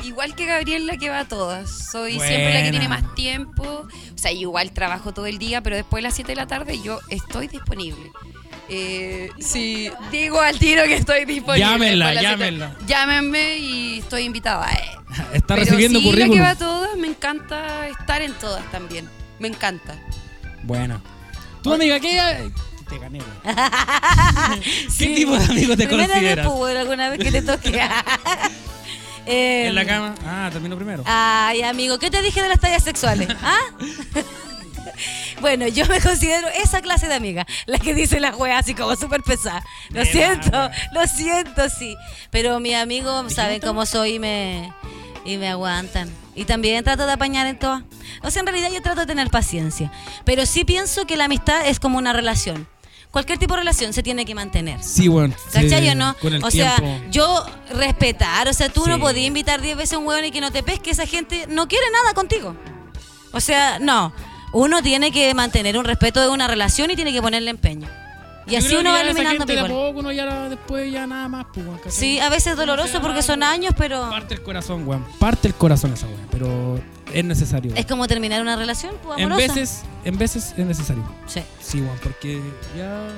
D: Igual que Gabriel, la que va a todas. Soy siempre la que
B: Buena.
D: tiene más tiempo. O sea, yo igual trabajo todo el día, pero después de las 7 de la tarde yo estoy disponible. Eh, sí, digo al tiro que estoy disponible.
B: Llámenla,
D: después de las siete.
B: llámenla.
D: Llámenme y estoy invitada. eh.
B: (laughs) Está
D: Pero
B: recibiendo
D: sí, la que
B: currículum.
D: va a todas, me encanta estar en todas también. Me encanta.
B: Buena. Tú, amiga, ¿qué, te gané, weón.
C: (laughs)
B: (laughs)
C: Sí.
B: ¿Qué tipo de amigo te
C: Primera vez,
B: consideras?
C: pues, bueno, alguna vez que te
B: (laughs)
C: toque. (laughs) Eh,
B: En la cama. Ah, termino primero.
C: Ay, amigo, ¿qué te dije de las tallas sexuales? ¿Ah? (laughs) Bueno, yo me considero esa clase de amiga, la que dice la wea así como súper pesada. Lo
B: De
C: siento,
B: más,
C: lo siento, sí. Pero mis amigos
B: ¿De
C: saben
B: quién
C: cómo soy y me, y me aguantan. Y también trato de apañar en todas. O sea, en realidad yo trato de tener paciencia. Pero sí pienso que la amistad es como una relación. Cualquier tipo de relación se tiene que mantener.
B: Sí, weón.
C: ¿Cachai
B: Sí,
C: o no?
B: Con el
C: o sea,
B: tiempo.
C: yo respetar, o sea, tú no
B: Sí.
C: podías invitar 10 veces a un hueón y que no te pesque, esa gente no quiere nada contigo. O sea, no. Uno tiene que mantener un respeto de una relación y tiene que ponerle empeño. Y
B: Yo
C: así
B: creo
C: uno
B: que
C: va
B: ya esa
C: eliminando
B: gente de a
C: people.
B: poco, uno ya la- después ya nada más, pues, weón, ¿cachai?
C: Sí, ah, a veces es doloroso porque son años, pero
B: Parte el corazón, weón. Parte el corazón esa weón. Pero es necesario.
C: es como terminar una relación pues,
B: en
C: amorosa.
B: veces, en veces es necesario.
C: Sí,
B: Sí, weón, porque ya.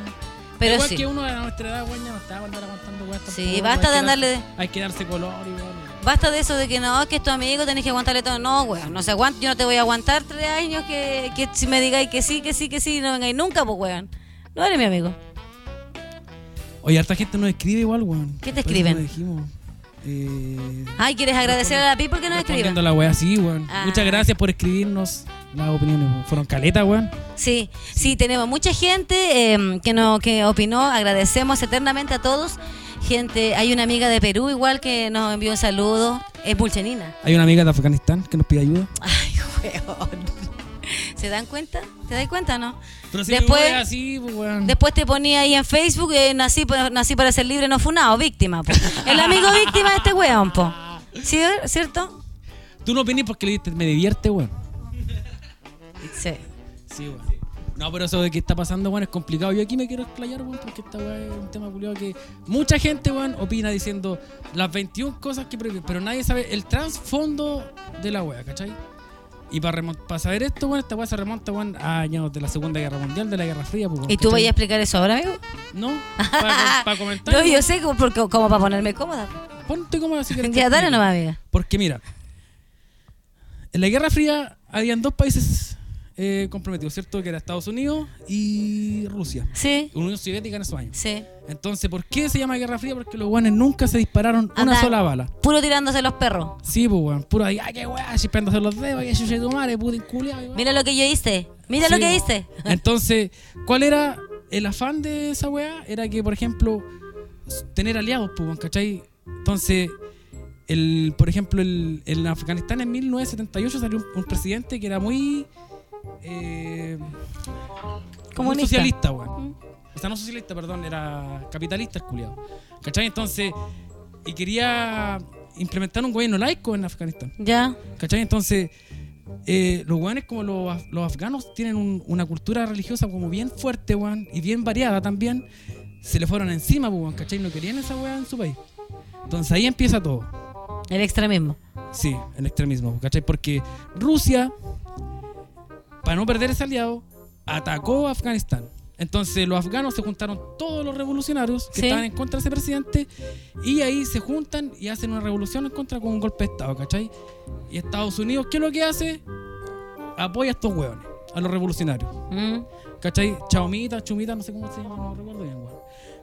C: pero
B: Igual
C: sí.
B: que uno a nuestra edad, weón, ya no está para andar aguantando weón.
C: Sí, basta de andarle-
B: Hay que darse color y weón.
C: Basta de eso de que no, es que es tu amigo, tenés que aguantarle todo. No, weón, no se aguanta, yo no te voy a aguantar tres años que, que si me digáis que sí, que sí, que sí, no vengáis nunca, pues weón. No eres mi amigo.
B: Oye, harta gente nos escribe igual, weón.
C: ¿Qué te
B: Por eso
C: escriben?
B: no dijimos. Eh,
C: Ay, ¿quieres agradecer a la people que nos escribe?
B: respondiendo a la weá, sí, weón.
C: Ah.
B: Muchas gracias por escribirnos las opiniones, weón. Fueron caletas, weón.
C: Sí, sí, tenemos mucha gente eh, que no, que opinó, agradecemos eternamente a todos. Gente, hay una amiga de Perú igual que nos envió un saludo, es Bulchenina. (laughs)
B: Hay una amiga de Afganistán que nos pide ayuda.
C: Ay, weón. ¿Se dan cuenta? ¿Te das cuenta o no?
B: Pero si
C: Después-
B: mi weá es así, pues, weón.
C: Después te ponía ahí en Facebook, eh, nací, pa- nací para ser libre, no funado, víctima. po. El amigo víctima de este weón, po. ¿Sí, ¿Cierto?
B: Tú no opinís porque le dijiste, me divierte, weón.
C: Sí.
B: Sí, weón. No, pero eso de que está pasando, weón, es complicado. Yo aquí me quiero explayar, weón, porque esta weá es un tema culiado que mucha gente, weón, opina diciendo las 21 cosas que prohíben, pero nadie sabe el trasfondo de la weá, ¿cachai? Y para, remon- para saber esto, weón, esta weá se remonta, weón, a años de la Segunda Guerra Mundial, de la Guerra Fría, pues, weón,
C: ¿Y tú
B: ¿cachai?
C: vayas a explicar eso ahora, amigo?
B: No,
C: (laughs)
B: para, para comentar.
C: No, yo sé, como- porque, como para ponerme cómoda.
B: Ponte como así que.
C: (laughs) Ya, dale nomás, amiga.
B: Porque mira, en la Guerra Fría habían dos países eh, comprometidos, ¿cierto? Que era Estados Unidos y Rusia.
C: Sí,
B: Unión Soviética en esos años.
C: sí.
B: Entonces, ¿por qué se llama Guerra Fría? Porque los guanes nunca se dispararon una
C: Andan-
B: sola bala.
C: Puro tirándose los perros.
B: Sí, pues, weón. Puro ahí, ay, qué weá, chispándose los dedos, ay, yo soy tu madre, putin culiao. y weón.
C: Mira lo que yo hice. Mira lo
B: Sí,
C: que
B: weón.
C: (laughs) hice.
B: Entonces, ¿cuál era el afán de esa weá? Era que, por ejemplo, s- tener aliados, pues, weón, ¿cachai? Entonces, el, por ejemplo, el, en Afganistán en 1978 salió un, un presidente que era muy. eh,
C: Comunista.
B: muy socialista, weón. O sea, no socialista, perdón, era capitalista el culiado. ¿Cachai? Entonces, y quería implementar un gobierno laico en Afganistán.
C: Ya.
B: ¿Cachai? Entonces, eh, los weones como los, af- los afganos tienen un- una cultura religiosa como bien fuerte, weón, y bien variada también. Se le fueron encima, pues, weón, ¿cachai? No querían esa weá en su país. Entonces ahí empieza todo.
C: El extremismo.
B: Sí, el extremismo, ¿cachai? Porque Rusia, para no perder ese aliado, atacó a Afganistán. Entonces los afganos se juntaron todos los revolucionarios que
C: Sí.
B: estaban en contra de ese presidente y ahí se juntan y hacen una revolución en contra con un golpe de Estado, ¿cachai? Y Estados Unidos, ¿qué es lo que hace? Apoya a estos hueones, a los revolucionarios.
C: Mm.
B: ¿Cachai? Chaomita, Chumita, no sé cómo se llama, no recuerdo bien, weón.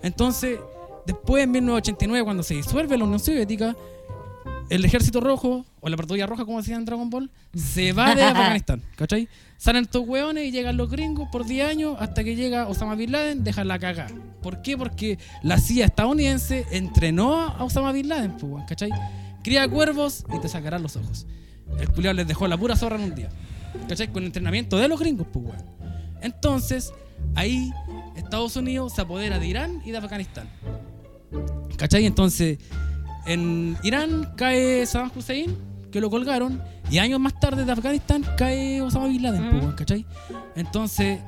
B: Entonces, después en 1989, cuando se disuelve la Unión Soviética, el Ejército Rojo, o la Patrulla Roja, como decían en Dragon Ball, se va de Afganistán, ¿cachai? Salen estos weones y llegan los gringos por 10 años hasta que llega Osama Bin Laden, deja la cagada. ¿Por qué? Porque la CIA estadounidense entrenó a Osama Bin Laden, pues, weón, ¿cachai? Cría cuervos y te sacarán los ojos. El culiao les dejó la pura zorra en un día. ¿Cachai? Con entrenamiento de los gringos, pues, weón. Entonces, ahí Estados Unidos se apodera de Irán y de Afganistán. ¿Cachai? Entonces, en Irán cae Saddam Hussein, que lo colgaron, y años más tarde de Afganistán cae Osama Bin Laden, po, weón, ¿cachai? Entonces,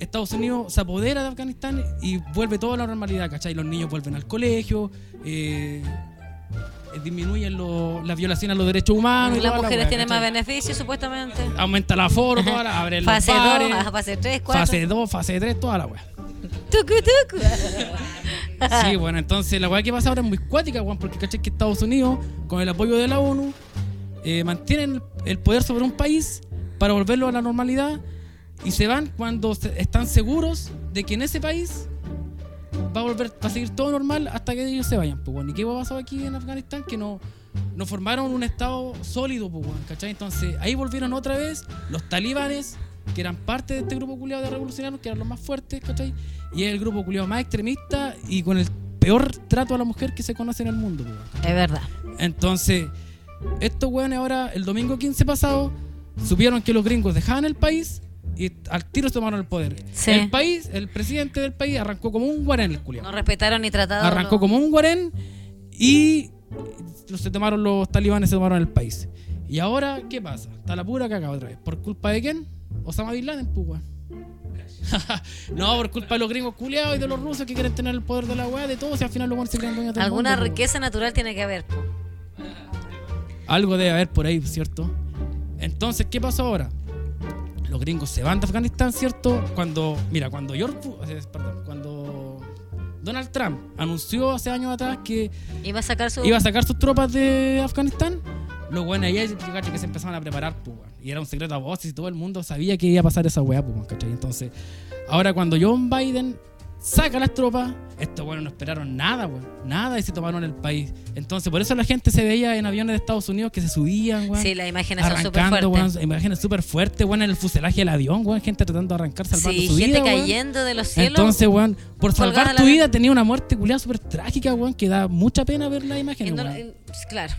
B: Estados Unidos se apodera de Afganistán y vuelve toda la normalidad, ¿cachai? Los niños vuelven al colegio, eh, eh, disminuyen lo- las violaciones a los derechos humanos. y
C: Las
B: toda Ah, la
C: mujeres
B: weá,
C: tienen más
B: ¿cachai?
C: beneficios, supuestamente.
B: Aumenta el aforo, toda la,
C: (laughs)
B: abren los
C: Fase 2,
B: bares.
C: fase 3, 4.
B: Fase 2, fase 3, toda la weá.
C: Tucu, tucu.
B: Sí, bueno, entonces la weá que pasa ahora es muy cuática, weón, porque caché que Estados Unidos, con el apoyo de la ONU, eh, mantienen el poder sobre un país para volverlo a la normalidad Y se van cuando se- están seguros de que en ese país va a volver, va a seguir todo normal hasta que ellos se vayan, pues, weón. ¿Y qué ha pasado aquí en Afganistán? Que no, no formaron un estado sólido, pues, weón, ¿cachai? Entonces ahí volvieron otra vez los talibanes, que eran parte de este grupo culiado de revolucionarios, que eran los más fuertes, ¿cachai? Y es el grupo culiado más extremista y con el peor trato a la mujer que se conoce en el mundo, pues, weón.
C: Es verdad.
B: Entonces, estos weones ahora, el domingo 15 pasado, supieron que los gringos dejaban el país y al tiro se tomaron el poder.
C: Sí.
B: El país, el presidente del país arrancó como un guarén el culiao.
C: No respetaron ni trataron.
B: Arrancó como un guarén y se tomaron los talibanes, se tomaron el país. Y ahora, ¿qué pasa? Está la pura cagada otra vez. ¿Por culpa de quién? Osama Bin Laden, pues, weón. (laughs) no, por culpa de los gringos culiados y de los rusos que quieren tener el poder de la weá, de todos, y al final los weones se creen dueños del mundo,
C: Alguna
B: pues, weón.
C: riqueza natural tiene que haber. po.
B: Algo debe haber por ahí, ¿cierto? Entonces, ¿qué pasó ahora? Los gringos se van de Afganistán, ¿cierto? Cuando, mira, cuando George Bu- eh, perdón, cuando Donald Trump anunció hace años atrás que
C: Iba a sacar su.
B: iba a sacar sus tropas de Afganistán, los buenos allá cacho, que se empezaron a preparar, pues, weón. y era un secreto a voces y todo el mundo sabía que iba a pasar esa weá, pues, weón, ¿cachai? Entonces, ahora cuando John Biden saca las tropas, estos buenos no esperaron nada, weón, nada y se tomaron el país. Entonces, por eso la gente se veía en aviones de Estados Unidos que se subían, weón.
C: Sí, las imágenes son súper
B: Arrancando,
C: fuertes.
B: weón, imágenes súper fuertes, weón, en el fuselaje del avión, weón, gente tratando de arrancar, salvando
C: Sí,
B: su
C: gente
B: vida, weón.
C: cayendo de los cielos.
B: Entonces, weón, por
C: Colgada
B: salvar
C: la
B: tu
C: ve-
B: vida tenía una muerte culiada súper trágica, weón, que da mucha pena ver las
C: Y
B: imágenes,
C: no-
B: weón.
C: y- pues, claro.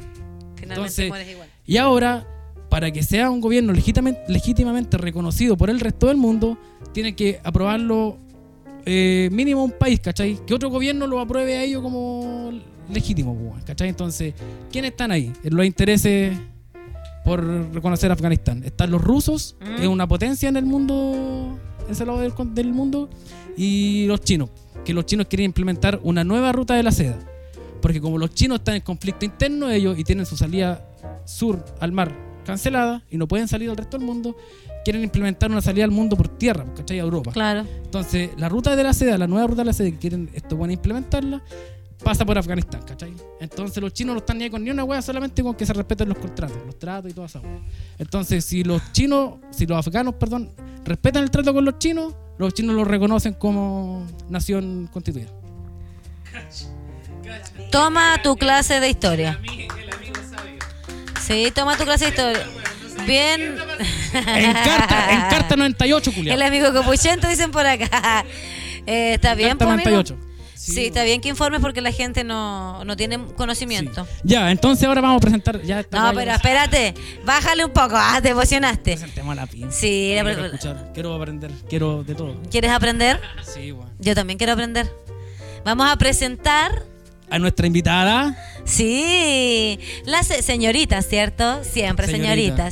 C: Finalmente
B: Entonces,
C: mueres igual.
B: Y ahora, para que sea un gobierno legítimamente, legítimamente reconocido por el resto del mundo, tiene que aprobarlo eh, mínimo un país, ¿cachai? Que otro gobierno lo apruebe a ellos como legítimo, pues, weón, ¿cachai? Entonces, ¿quiénes están ahí? En Los intereses por reconocer a Afganistán. Están los rusos, que es una potencia en el mundo, en ese lado del, con- del mundo, y los chinos, que los chinos quieren implementar una nueva ruta de la seda. Porque como los chinos están en conflicto interno ellos y tienen su salida sur al mar cancelada y no pueden salir al resto del mundo, quieren implementar una salida al mundo por tierra, ¿cachai? A Europa.
C: Claro.
B: Entonces, la ruta de la seda, la nueva ruta de la seda que quieren estos buenos implementarla, pasa por Afganistán, ¿cachai? Entonces, los chinos no están ni ahí con ni una wea, solamente con que se respeten los contratos, los tratos y toda esa wea. Entonces, si los chinos, si los afganos, perdón, respetan el trato con los chinos, los chinos los reconocen como nación constituida.
C: Toma tu clase de historia. Sí, toma tu clase de historia. Bien. (laughs)
B: En carta, en carta 98,
C: El
B: culiado.
C: amigo copuchento dicen por acá. (laughs) Eh, está bien,
B: Carta
C: po, amigo?
B: 98.
C: Sí, está bien que informes porque la gente no, no tiene conocimiento.
B: Ya, entonces ahora vamos a presentar. Ya esta
C: No,
B: wea
C: pero
B: ya-
C: espérate, bájale un poco. Ah, te emocionaste.
B: Presentemos a la pin.
C: Sí, la-
B: quiero escuchar, quiero aprender, quiero de todo.
C: ¿Quieres aprender?
D: Ah,
B: Sí, weón.
C: Yo también quiero aprender. Vamos a presentar,
B: A nuestra invitada.
C: sí, la se- señorita, ¿cierto? Siempre señorita,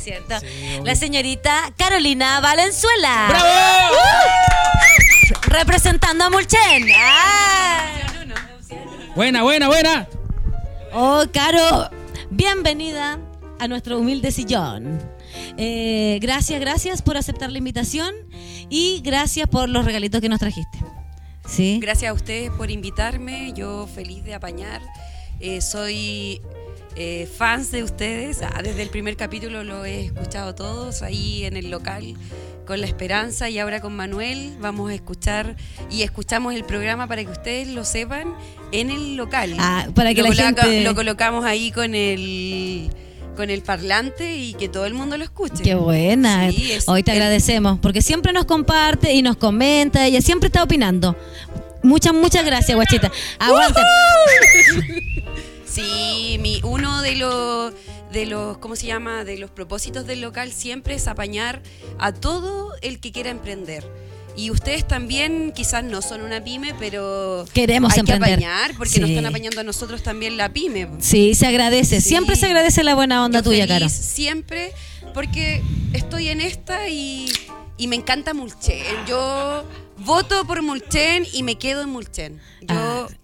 B: Señorita.
C: ¿cierto?
B: Sí, obvio.
C: la señorita Carolina Valenzuela.
D: ¡Oh!
C: ¡Uh! Representando a Mulchen. ¡Ah!
B: Buena, buena, buena.
C: Oh, Caro, bienvenida a nuestro humilde sillón. Eh, gracias, gracias por aceptar la invitación y gracias por los regalitos que nos trajiste. Sí.
D: Gracias a ustedes por invitarme, yo feliz de apañar. Eh, soy eh, fans de ustedes, Ah, desde el primer capítulo lo he escuchado todos ahí en el local con La Esperanza y ahora con Manuel vamos a escuchar y escuchamos el programa para que ustedes lo sepan en el local.
C: Ah, para que
D: lo
C: la gente-
D: Lo colocamos ahí con el con el parlante y que todo el mundo lo escuche.
C: Qué buena.
D: Sí, es-
C: Hoy te
D: el-
C: agradecemos porque siempre nos comparte y nos comenta. Ella siempre está opinando. Muchas, muchas gracias, guachita. Aguante.
D: Sí, mi, uno de los, de los, ¿cómo se llama? De los propósitos del local siempre es apañar a todo el que quiera emprender. Y ustedes también, quizás no son una pyme, pero
C: Queremos
D: hay que
C: emprender.
D: apañar porque nos
C: Sí.
D: están apañando a nosotros también la pyme.
C: Sí, se agradece.
D: Sí.
C: Siempre se agradece la buena onda
D: Yo
C: tuya,
D: feliz
C: Caro.
D: Siempre, porque estoy en esta y, y me encanta Mulchen. Yo voto por Mulchen y me quedo en Mulchen. Yo
C: Ah.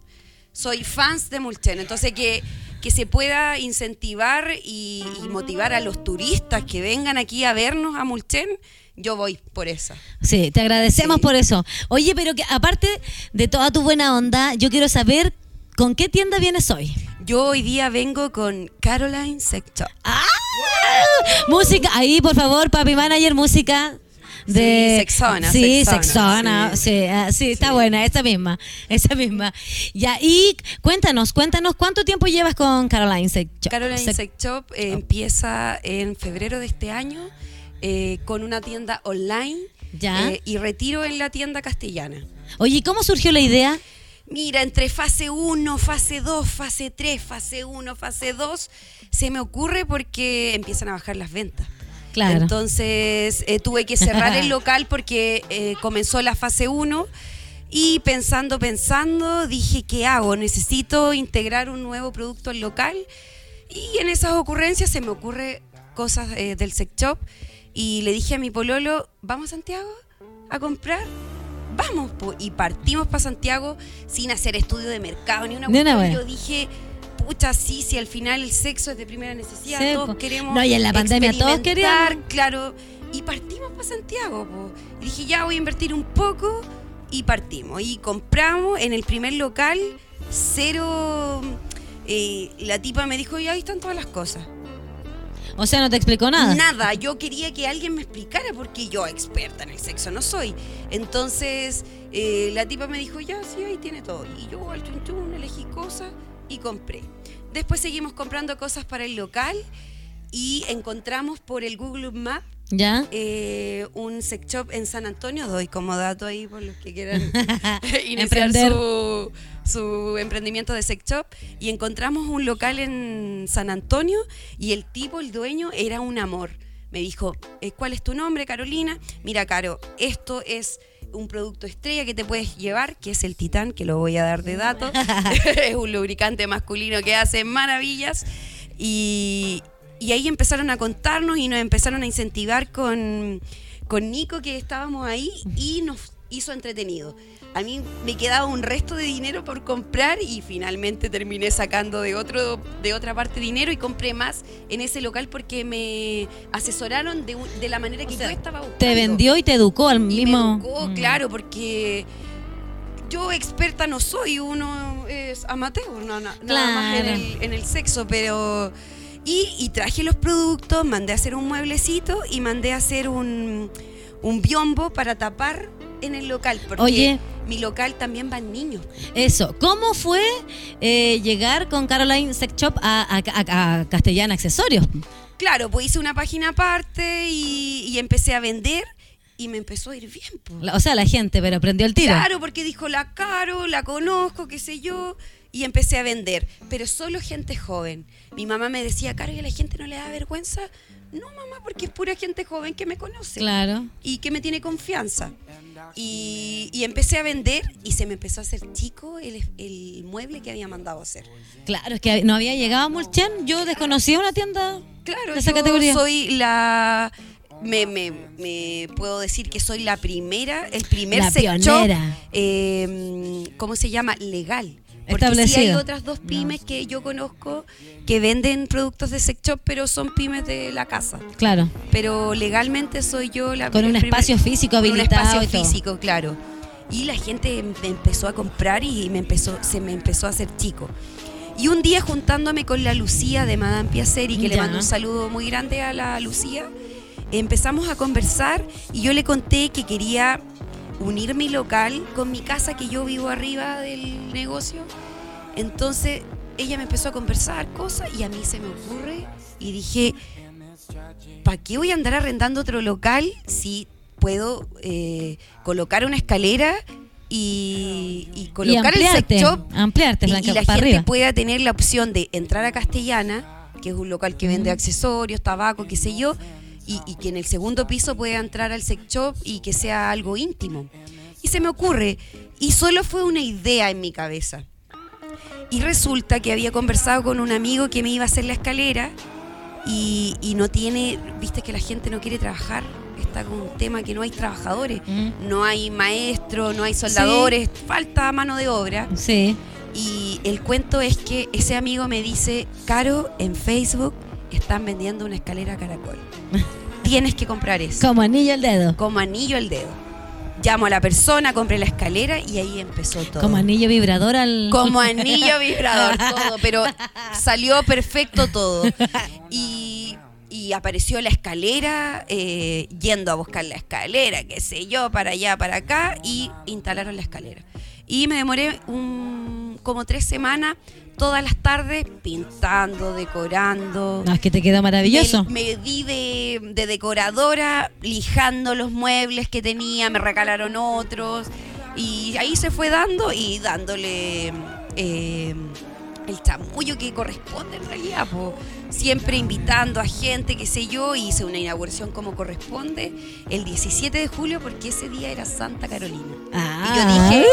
D: soy fans de Mulchen, entonces que que se pueda incentivar y, y motivar a los turistas que vengan aquí a vernos a Mulchen, yo voy por esa.
C: Sí, te agradecemos
D: Sí.
C: por eso. Oye, pero que aparte de toda tu buena onda, yo quiero saber con qué tienda vienes hoy.
D: Yo hoy día vengo con
C: ¡Ah!
D: Caroline Sex Shop.
C: Música, ahí por favor, papi manager, música. de
D: Sí, sexona,
C: Sí,
D: sexona,
C: sexona, sí, ah, sí, está buena, esa misma, esa misma. Ya, y cuéntanos, cuéntanos, ¿cuánto tiempo llevas con Caroline Sex Shop?
D: Caroline
C: Sex-
D: Sex Shop eh, empieza en febrero de este año eh, con una tienda online
C: Ya.
D: eh, y retiro en la tienda castellana.
C: Oye, ¿y ¿cómo surgió la idea?
D: Mira, entre fase 1, fase 2, fase 3, fase 1, fase 2, se me ocurre porque empiezan a bajar las ventas.
C: Claro.
D: Entonces eh, tuve que
C: (laughs)
D: cerrar el local porque eh, comenzó la fase 1 y pensando, pensando, dije, ¿qué hago? Necesito integrar un nuevo producto al local y en esas ocurrencias se me ocurre cosas eh, del sex shop y le dije a mi pololo, ¿vamos a Santiago a comprar? Vamos, po". y partimos para Santiago sin hacer estudio de mercado ni una
C: Ni una
D: cuestión.
C: wea.
D: Yo dije, pucha, sí, si al final el sexo es de primera necesidad,
C: Sí,
D: todos
C: po.
D: queremos
C: No, y en la pandemia todos
D: experimentar,
C: queríamos.
D: claro. Y partimos para Santiago, po. Y dije, ya voy a invertir un poco y partimos. Y compramos en el primer local, cero. eh, la tipa me dijo, y ahí están todas las cosas.
C: O sea, no te explicó nada.
D: yo quería que alguien me explicara porque yo experta en el sexo no soy. Entonces eh, la tipa me dijo, ya, sí, ahí tiene todo. Y yo al chun chun elegí cosas y compré. Después seguimos comprando cosas para el local y encontramos por el Google Map
C: ¿Ya?
D: (laughs) eh, un sex shop en San Antonio. Doy como dato ahí por los que quieran (laughs) iniciar
C: Emprender.
D: su, su emprendimiento de sex shop. Y encontramos un local en San Antonio y el tipo, el dueño, era un amor. Me dijo, eh, ¿cuál es tu nombre, Carolina? Mira, Caro, esto es un producto estrella que te puedes llevar, que es el Titán, que lo voy a dar de dato. (laughs) es un lubricante masculino que hace maravillas. Y, y ahí empezaron a contarnos y nos empezaron a incentivar con, con Nico que estábamos ahí y nos hizo entretenido. A mí me quedaba un resto de dinero por comprar y finalmente terminé sacando de, otro, de otra parte dinero y compré más en ese local porque me asesoraron de, un- de la manera que
C: sea,
D: yo estaba buscando.
C: Te vendió y te educó al
D: Y
C: mismo. Mm,
D: me educó, claro, porque yo experta no soy, uno es amateur, no- na- nada más en
C: Claro.
D: el, en el sexo, pero... Y, y traje los productos, mandé a hacer un mueblecito y mandé a hacer un, un biombo para tapar en el local, porque
C: Oye.
D: mi local también van niños.
C: Eso. ¿Cómo fue eh, llegar con Caroline Sex Shop a, a- a- a Castellana Accesorios?
D: Claro, pues hice una página aparte y, y empecé a vender y me empezó a ir bien. pues.
C: La- O sea, la gente, pero prendió el tiro.
D: Claro, porque dijo la caro, la conozco, qué sé yo. Y empecé a vender, pero solo gente joven. Mi mamá me decía, Caro, ¿y a la gente no le da vergüenza? No, mamá, porque es pura gente joven que me conoce
C: Claro.
D: y que me tiene confianza. Y, y empecé a vender y se me empezó a hacer chico el, el mueble que había mandado hacer.
C: Claro, es que no había llegado a Mulchen. Yo desconocía una tienda
D: Claro,
C: de esa
D: yo
C: categoría.
D: soy la... Me, me- me puedo decir que soy la primera, el primer
C: La
D: sex shop,
C: pionera.
D: eh, ¿Cómo se llama? Legal. Porque sí
C: Establecido.
D: hay otras dos pymes que yo conozco que venden productos de sex shop, pero son pymes de la casa.
C: Claro.
D: Pero legalmente soy yo la
C: Con un
D: el primer-
C: espacio físico
D: con
C: habilitado
D: Un
C: y todo.
D: espacio físico, claro. Y la gente em- me empezó a comprar y me empezó, se me empezó a hacer chico. Y un día juntándome con la Lucía de Madame Piaceri, que le
C: Ya.
D: mando un saludo muy grande a la Lucía, empezamos a conversar y yo le conté que quería unir mi local con mi casa que yo vivo arriba del negocio. Entonces ella me empezó a conversar cosas y a mí se me ocurre y dije, ¿para qué voy a andar arrendando otro local si puedo eh, colocar una escalera y, y
C: Y
D: colocar el
C: ampliarte.
D: sex shop
C: ampliarte,
D: y,
C: Blanca,
D: y la
C: para
D: gente
C: arriba.
D: pueda tener la opción de entrar a Castellana, que es un local que
C: Mm.
D: vende accesorios, tabaco, qué sé yo, y, y que en el segundo piso pueda entrar al sex shop y que sea algo íntimo. Y se me ocurre, y solo fue una idea en mi cabeza. Y resulta que había conversado con un amigo que me iba a hacer la escalera y, y no tiene, viste que la gente no quiere trabajar, está con un tema que no hay trabajadores,
C: Mm.
D: no hay maestros, no hay soldadores, falta mano de obra.
C: Sí.
D: Y el cuento es que ese amigo me dice, Caro, en Facebook están vendiendo una escalera caracol. Tienes que
C: (laughs)
D: comprar eso.
C: Como anillo al dedo.
D: Como anillo al dedo. Llamo a la persona, compré la escalera y ahí empezó todo.
C: Como anillo vibrador al.
D: Como anillo vibrador, todo. Pero salió perfecto todo. Y, y y apareció la escalera, eh, yendo a buscar la escalera, qué sé yo, para allá, para acá, y instalaron la escalera. Y me demoré un- como tres semanas, todas las tardes, pintando, decorando.
C: No, es que te quedó maravilloso.
D: Me, me di de, de decoradora, lijando los muebles que tenía, me regalaron otros. Y ahí se fue dando y dándole eh, el chamullo que corresponde en realidad. po. Siempre invitando a gente, qué sé yo, hice una inauguración como corresponde el 17 de julio porque ese día era Santa Carolina. Y yo
C: Ah.
D: dije,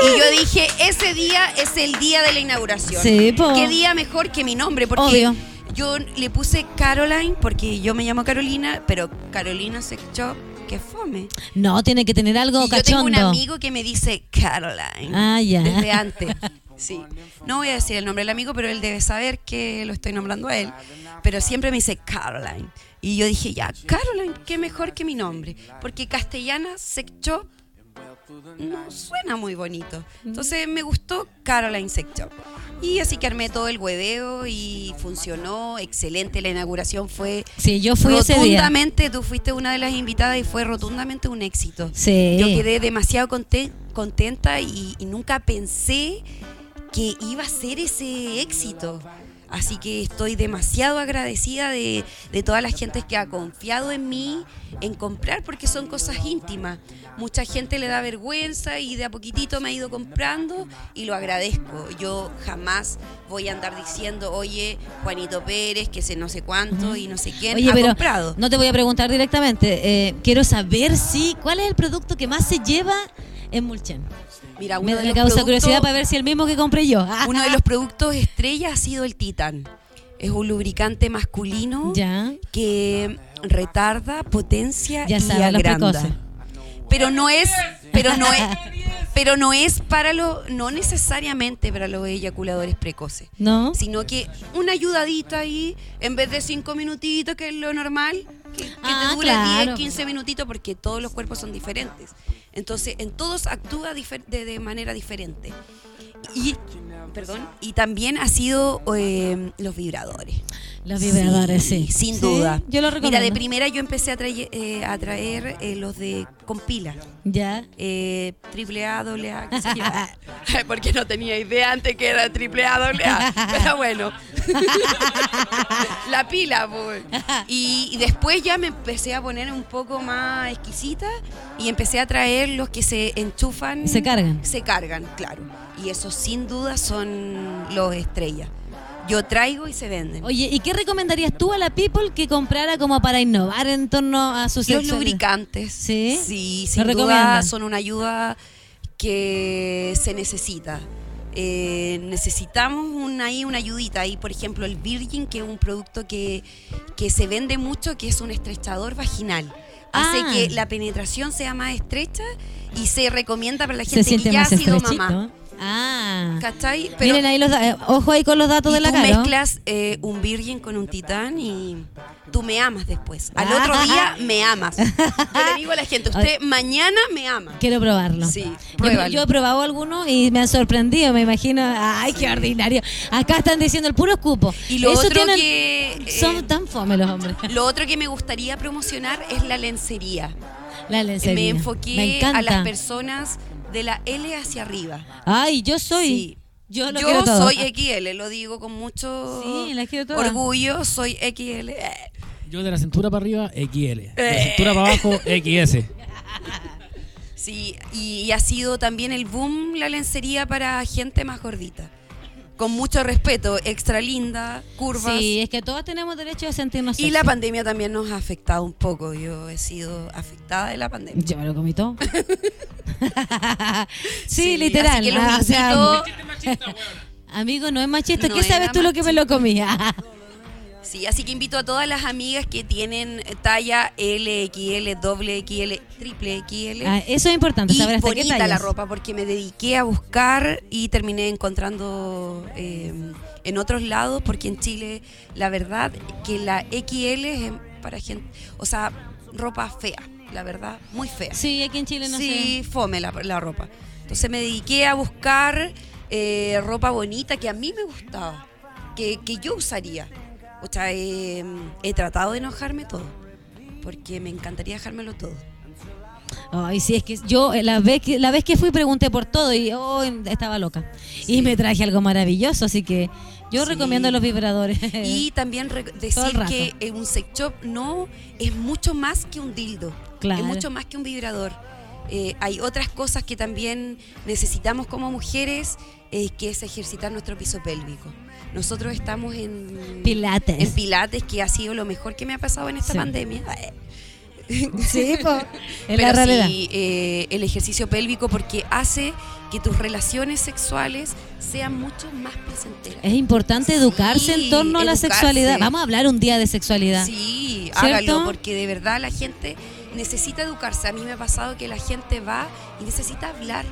D: y yo dije, ese día es el día de la inauguración.
C: Sí, po.
D: ¿Qué día mejor que mi nombre? Porque
C: Obvio.
D: yo le puse Caroline, porque yo me llamo Carolina, pero Carolina Sex Shop, que fome.
C: No, tiene que tener algo
D: y yo tengo
C: cachondo.
D: un amigo que me dice Caroline.
C: Ah, ya.
D: Desde
C: (laughs)
D: antes. Sí. No voy a decir el nombre del amigo, pero él debe saber que lo estoy nombrando a él. Pero siempre me dice Caroline. Y yo dije, ya, Caroline, qué mejor que mi nombre. Porque castellana, sex shop, no suena muy bonito. Entonces me gustó Caroline Sex Shop. Y así que armé todo el hueveo y funcionó. Excelente, la inauguración fue
C: Sí, yo fui ese día.
D: rotundamente, tú fuiste una de las invitadas y fue rotundamente un éxito.
C: Sí.
D: Yo quedé demasiado conte- contenta y, y nunca pensé que iba a ser ese éxito. Así que estoy demasiado agradecida de, de toda la gente que ha confiado en mí, en comprar, porque son cosas íntimas. Mucha gente le da vergüenza y de a poquitito me ha ido comprando y lo agradezco. Yo jamás voy a andar diciendo, oye, Juanito Pérez, que sé no sé cuánto y no sé quién
C: Oye,
D: ha
C: pero
D: comprado.
C: no te voy a preguntar directamente. eh, quiero saber si cuál es el producto que más se lleva en Mulchen.
D: Mira, uno
C: Me,
D: de
C: me
D: los
C: causa
D: productos-
C: curiosidad para ver si el mismo que compré yo. Ah,
D: Uno de los productos estrella ha sido el Titan. Es un lubricante masculino
C: ya.
D: que retarda, potencia
C: Ya
D: y
C: saben los precoces.
D: agranda. Pero no es, pero no es, pero no es para lo, no necesariamente para los eyaculadores precoces,
C: ¿No?
D: sino que una ayudadita ahí, en vez de cinco minutitos, que es lo normal, que, que
C: Ah,
D: te dure 10,
C: claro.
D: 15 minutitos, porque todos los cuerpos son diferentes. Entonces, en todos actúa difer- de, de manera diferente. Y, perdón, y también ha sido eh, los vibradores.
C: Los vibradores, sí.
D: Sin
C: Sí,
D: duda.
C: Yo lo
D: Mira,
C: recomiendo.
D: de primera yo empecé a traer, eh, a traer eh, los de con pila.
C: ya.
D: Eh, triple A, doble A, qué sé (laughs) yo. Porque no tenía idea antes que era triple A, doble A. Pero bueno. La pila, pues. Y, y después ya me empecé a poner un poco más exquisita y empecé a traer los que se enchufan.
C: Se cargan.
D: Se cargan, claro. Y esos sin duda son los estrellas. Yo traigo y se venden.
C: Oye, ¿y qué recomendarías tú a la people que comprara como para innovar en torno a su
D: Los
C: sexualidad?
D: lubricantes.
C: Sí.
D: Sí,
C: ¿Lo
D: sin duda
C: recomiendas?
D: son una ayuda que se necesita. Eh, necesitamos una, ahí una ayudita. Ahí, por ejemplo, el Virgin, que es un producto que, que se vende mucho, que es un estrechador vaginal. Hace
C: Ah.
D: que la penetración sea más estrecha y se recomienda para la
C: Se
D: gente
C: siente
D: que ya ha
C: más
D: sido
C: estrechito.
D: mamá.
C: Ah.
D: ¿Cachai?
C: Miren ahí los da- eh, ojo ahí con los datos de
D: y
C: la
D: tú
C: cara. ¿no?
D: mezclas eh, un virgin con un titán y tú me amas después. Al
C: Ah.
D: otro día me amas. Yo le digo a
C: (laughs)
D: la gente, usted mañana me ama.
C: Quiero probarlo.
D: Sí,
C: yo,
D: pruébalo.
C: yo he probado algunos y me han sorprendido, me imagino. Ay, qué ordinario. Acá están diciendo el puro escupo.
D: Y lo
C: Eso
D: otro
C: tienen-
D: que eh,
C: Son tan fome los hombres.
D: lo otro que me gustaría promocionar es la lencería.
C: La lencería.
D: Me enfoqué
C: Me encanta.
D: a las personas de la L hacia arriba.
C: Ay, yo soy.
D: Sí.
C: Yo lo
D: Yo
C: quiero todo.
D: soy XL, lo digo con mucho
C: Sí, la quiero toda.
D: orgullo, soy XL. Eh,
B: Yo de la cintura para arriba, XL. De la cintura para abajo,
D: (laughs)
B: XS.
D: Sí, y, y ha sido también el boom la lencería para gente más gordita. Con mucho respeto, extra linda, curvas.
C: Sí, es que todos tenemos derecho a sentirnos
D: y la
C: sexy.
D: pandemia también nos ha afectado un poco. Yo he sido afectada de la pandemia.
C: Yo me lo comí
D: (laughs)
C: todo. sí,
D: Sí,
C: literal.
D: así que los
C: Ah, o sea,
D: invito-
C: amigo, no es machista.
D: No
C: ¿Qué sabes
D: era
C: tú lo que me lo
D: (laughs)
C: comía?
D: Sí, así que invito a todas las amigas que tienen talla LXL, doble XL, triple XL.
C: Ah, eso es importante,
D: y
C: saber hasta qué
D: bonita
C: tallas.
D: la ropa porque me dediqué a buscar y terminé encontrando eh, en otros lados porque en Chile la verdad que la XL es em, para gente, o sea, ropa fea, la verdad, muy fea.
C: Sí, aquí en Chile no
D: Sí, fome la, la ropa. Entonces me dediqué a buscar eh, ropa bonita que a mí me gustaba, que, que yo usaría. O sea, eh, he tratado de enojarme todo. Porque me encantaría
C: (laughs)
D: dejármelo todo.
C: Ay, sí, es que yo eh, la vez que, la vez que fui pregunté por todo y oh, estaba loca. Y me traje algo maravilloso, así que yo
D: Sí.
C: recomiendo los vibradores.
D: Y también re-
C: Todo el
D: decir
C: rato.
D: que eh, un sex shop no es mucho más que un dildo.
C: Claro.
D: Es mucho más que un vibrador. Eh, hay otras cosas que también necesitamos como mujeres, eh, que es ejercitar nuestro piso pélvico. Nosotros estamos en
C: (laughs) Pilates. (laughs)
D: en Pilates, que ha sido lo mejor que me ha pasado en esta
C: Sí.
D: pandemia.
C: sí, po,
D: (laughs)
C: es la
D: pues. Pero
C: realidad.
D: sí, eh, el ejercicio pélvico porque hace que tus relaciones sexuales sean mucho más placenteras.
C: Es importante
D: Sí,
C: educarse en torno a la
D: educarse.
C: sexualidad. Vamos a hablar un día de sexualidad.
D: Sí,
C: ¿Cierto?
D: hágalo, porque de verdad la gente necesita educarse. A mí me ha pasado que la gente va y necesita hablar,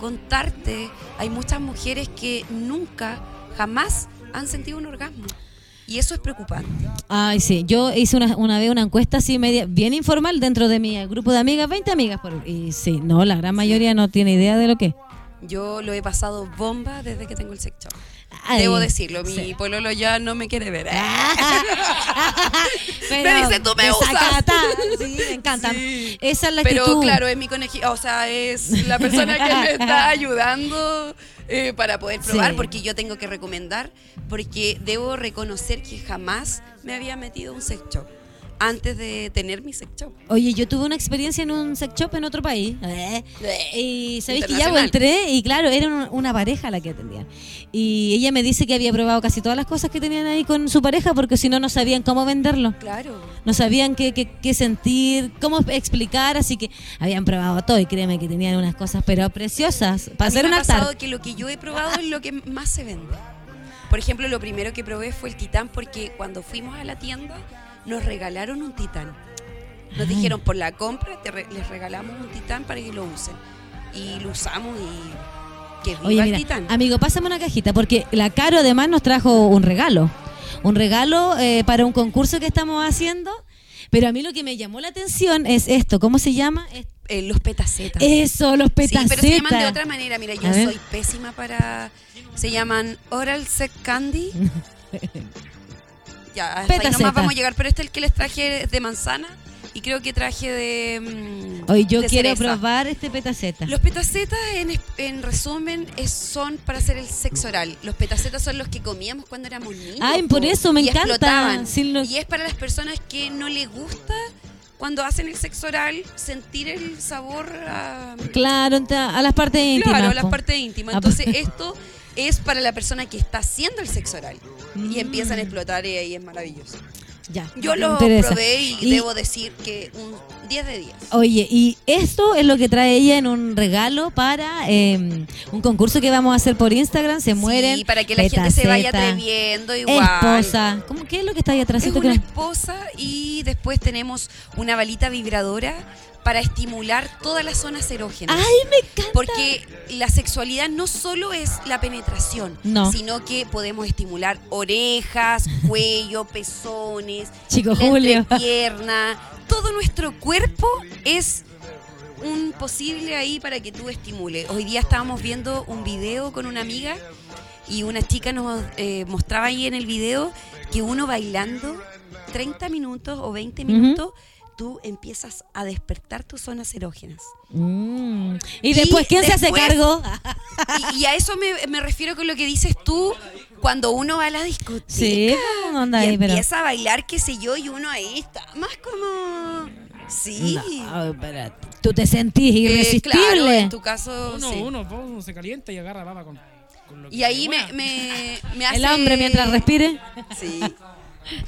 D: contarte. Hay muchas mujeres que nunca, jamás han sentido un orgasmo. Y eso es preocupante.
C: Ay, sí. Yo hice una, una vez una encuesta así media, bien informal dentro de mi grupo de amigas, 20 amigas. Por, y sí, no, la gran mayoría no tiene idea de lo que es.
D: Yo lo he pasado bomba desde que tengo el sex shop.
C: Ay,
D: Debo decirlo, mi
C: sí. (laughs)
D: pololo ya no me quiere ver. ¿eh?
C: Pero
D: (laughs) Me dice, "Tú me usas".
C: desacatada. Sí, (laughs) me encanta. Esa es la
D: Pero
C: actitud.
D: claro, es mi conejillo, o sea, es la persona que
C: (laughs)
D: me está ayudando eh, para poder probar,
C: Sí.
D: porque yo tengo que recomendar, porque debo reconocer que jamás me había metido a un sex shop antes de tener mi sex shop.
C: Oye, yo tuve una experiencia en un sex shop en otro país. Eh. Y sabéis que ya
D: Internacional.
C: entré y claro, era un- una pareja la que atendían. Y ella me dice que había probado casi todas las cosas que tenían ahí con su pareja porque si no, no sabían cómo venderlo.
D: Claro.
C: No sabían qué, qué- qué sentir, cómo explicar, así que habían probado todo y créeme que tenían unas cosas pero preciosas para
D: A mí
C: hacer
D: me
C: una
D: ha pasado
C: tarde.
D: que lo que yo he probado es lo que más se vende. Por ejemplo, lo primero que probé fue el titán porque cuando fuimos a la tienda nos regalaron un titán.
C: Ah.
D: Nos dijeron por la compra te re- les regalamos un titán para que lo usen y lo usamos y que viva
C: Oye,
D: el
C: mira,
D: titán.
C: amigo, pásame una cajita porque la Caro además nos trajo un regalo. Un regalo eh, para un concurso que estamos haciendo. Pero a mí lo que me llamó la atención es esto. ¿Cómo se llama? Es-
D: Eh, los petacetas.
C: Eso, los
D: sí,
C: petacetas.
D: pero se llaman de otra manera. Mira, yo
C: A ver.
D: soy pésima para. Se llaman Oral Sex
C: (laughs)
D: Candy. ya, hasta ahí
C: Petaceta.
D: nomás vamos a llegar. Pero este es el que les traje es de manzana y creo que traje de. mm,
C: Hoy yo
D: de
C: quiero
D: cereza.
C: probar este petaceta.
D: Los petacetas, en, es- en resumen, es- son para hacer el sexo oral. Los petacetas son los que comíamos cuando éramos niños.
C: Ay, por
D: po,
C: eso me
D: y
C: encanta.
D: explotaban.
C: Sí, lo-
D: Y es para las personas que no les gusta cuando hacen el sexo oral sentir el sabor a,
C: Claro, enta- a las partes íntimas.
D: Claro, las
C: po.
D: partes íntimas.
C: Ah, po.
D: Entonces, esto es para la persona que está haciendo el sexo oral.
C: Mm.
D: Y empiezan a explotar eh, y ahí es maravilloso.
C: Ya,
D: Yo
C: me
D: lo
C: interesa.
D: probé y,
C: Y- Oh,
D: debo decir que un 10 de 10.
C: Oye, y esto es lo que trae ella en un regalo para eh, un concurso que vamos a hacer por Instagram. Se mueren.
D: Y para que la gente se vaya
C: petaceta,
D: atreviendo igual.
C: Esposa. ¿Cómo, ¿Qué es lo que está ahí atrás?
D: Es
C: Siento que
D: una
C: no-
D: esposa y después tenemos una balita vibradora para estimular todas las zonas erógenas.
C: ¡Ay, me encanta!
D: Porque la sexualidad no solo es la penetración,
C: No.
D: sino que podemos estimular
C: (laughs)
D: orejas, cuello, pezones,
C: Chico
D: la
C: Oh, Julio.
D: entrepierna. Todo nuestro cuerpo es un posible ahí para que tú estimules. Hoy día estábamos viendo un video con una amiga y una chica nos eh, mostraba ahí en el video que uno bailando 30 minutos o 20
C: Ujú.
D: minutos, tú empiezas a despertar tus
C: (laughs)
D: zonas erógenas.
C: Mm. Y después, ¿quién se hace
D: después- (laughs)
C: cargo?
D: Y, y a eso me, me refiero con lo que dices tú cuando uno va a la discoteca
C: Sí, ¿cómo onda
D: y
C: ahí, pero.
D: empieza a bailar, qué sé yo, y uno ahí está más como... Sí.
C: No, espérate. Tú te sentís
D: Eh,
C: irresistible.
D: claro, en tu caso,
B: Uno,
D: Oh, sí.
B: uno, po, uno se calienta y agarra papa con, con lo que
D: Y ahí me,
B: pueda.
D: me, me hace...
C: El hambre mientras
D: (laughs)
C: respire.
D: Sí.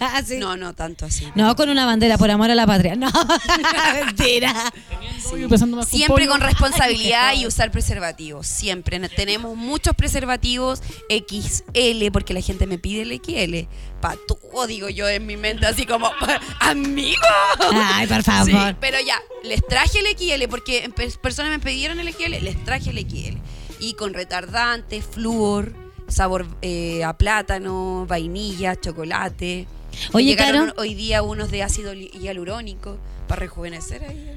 C: Ah, sí.
D: No, no tanto así.
C: No, con una bandera, por amor a la patria. No, (laughs)
D: (laughs)
C: mentira.
B: Estoy empezando más
D: Siempre
B: pollo.
D: con responsabilidad y usar preservativos. Siempre. No- Tenemos muchos preservativos XL, porque la gente me pide el XL. Patúo, digo yo en mi mente, así como, amigo.
C: Ay, por
D: Sí,
C: favor.
D: pero ya, les traje el XL porque en pers- personas me pidieron el XL, les traje el XL. Y con retardantes, flúor, sabor eh, a plátano, vainilla, chocolate.
C: Oye,
D: Llegaron
C: Caro.
D: hoy día unos de ácido li- hialurónico para rejuvenecer ahí.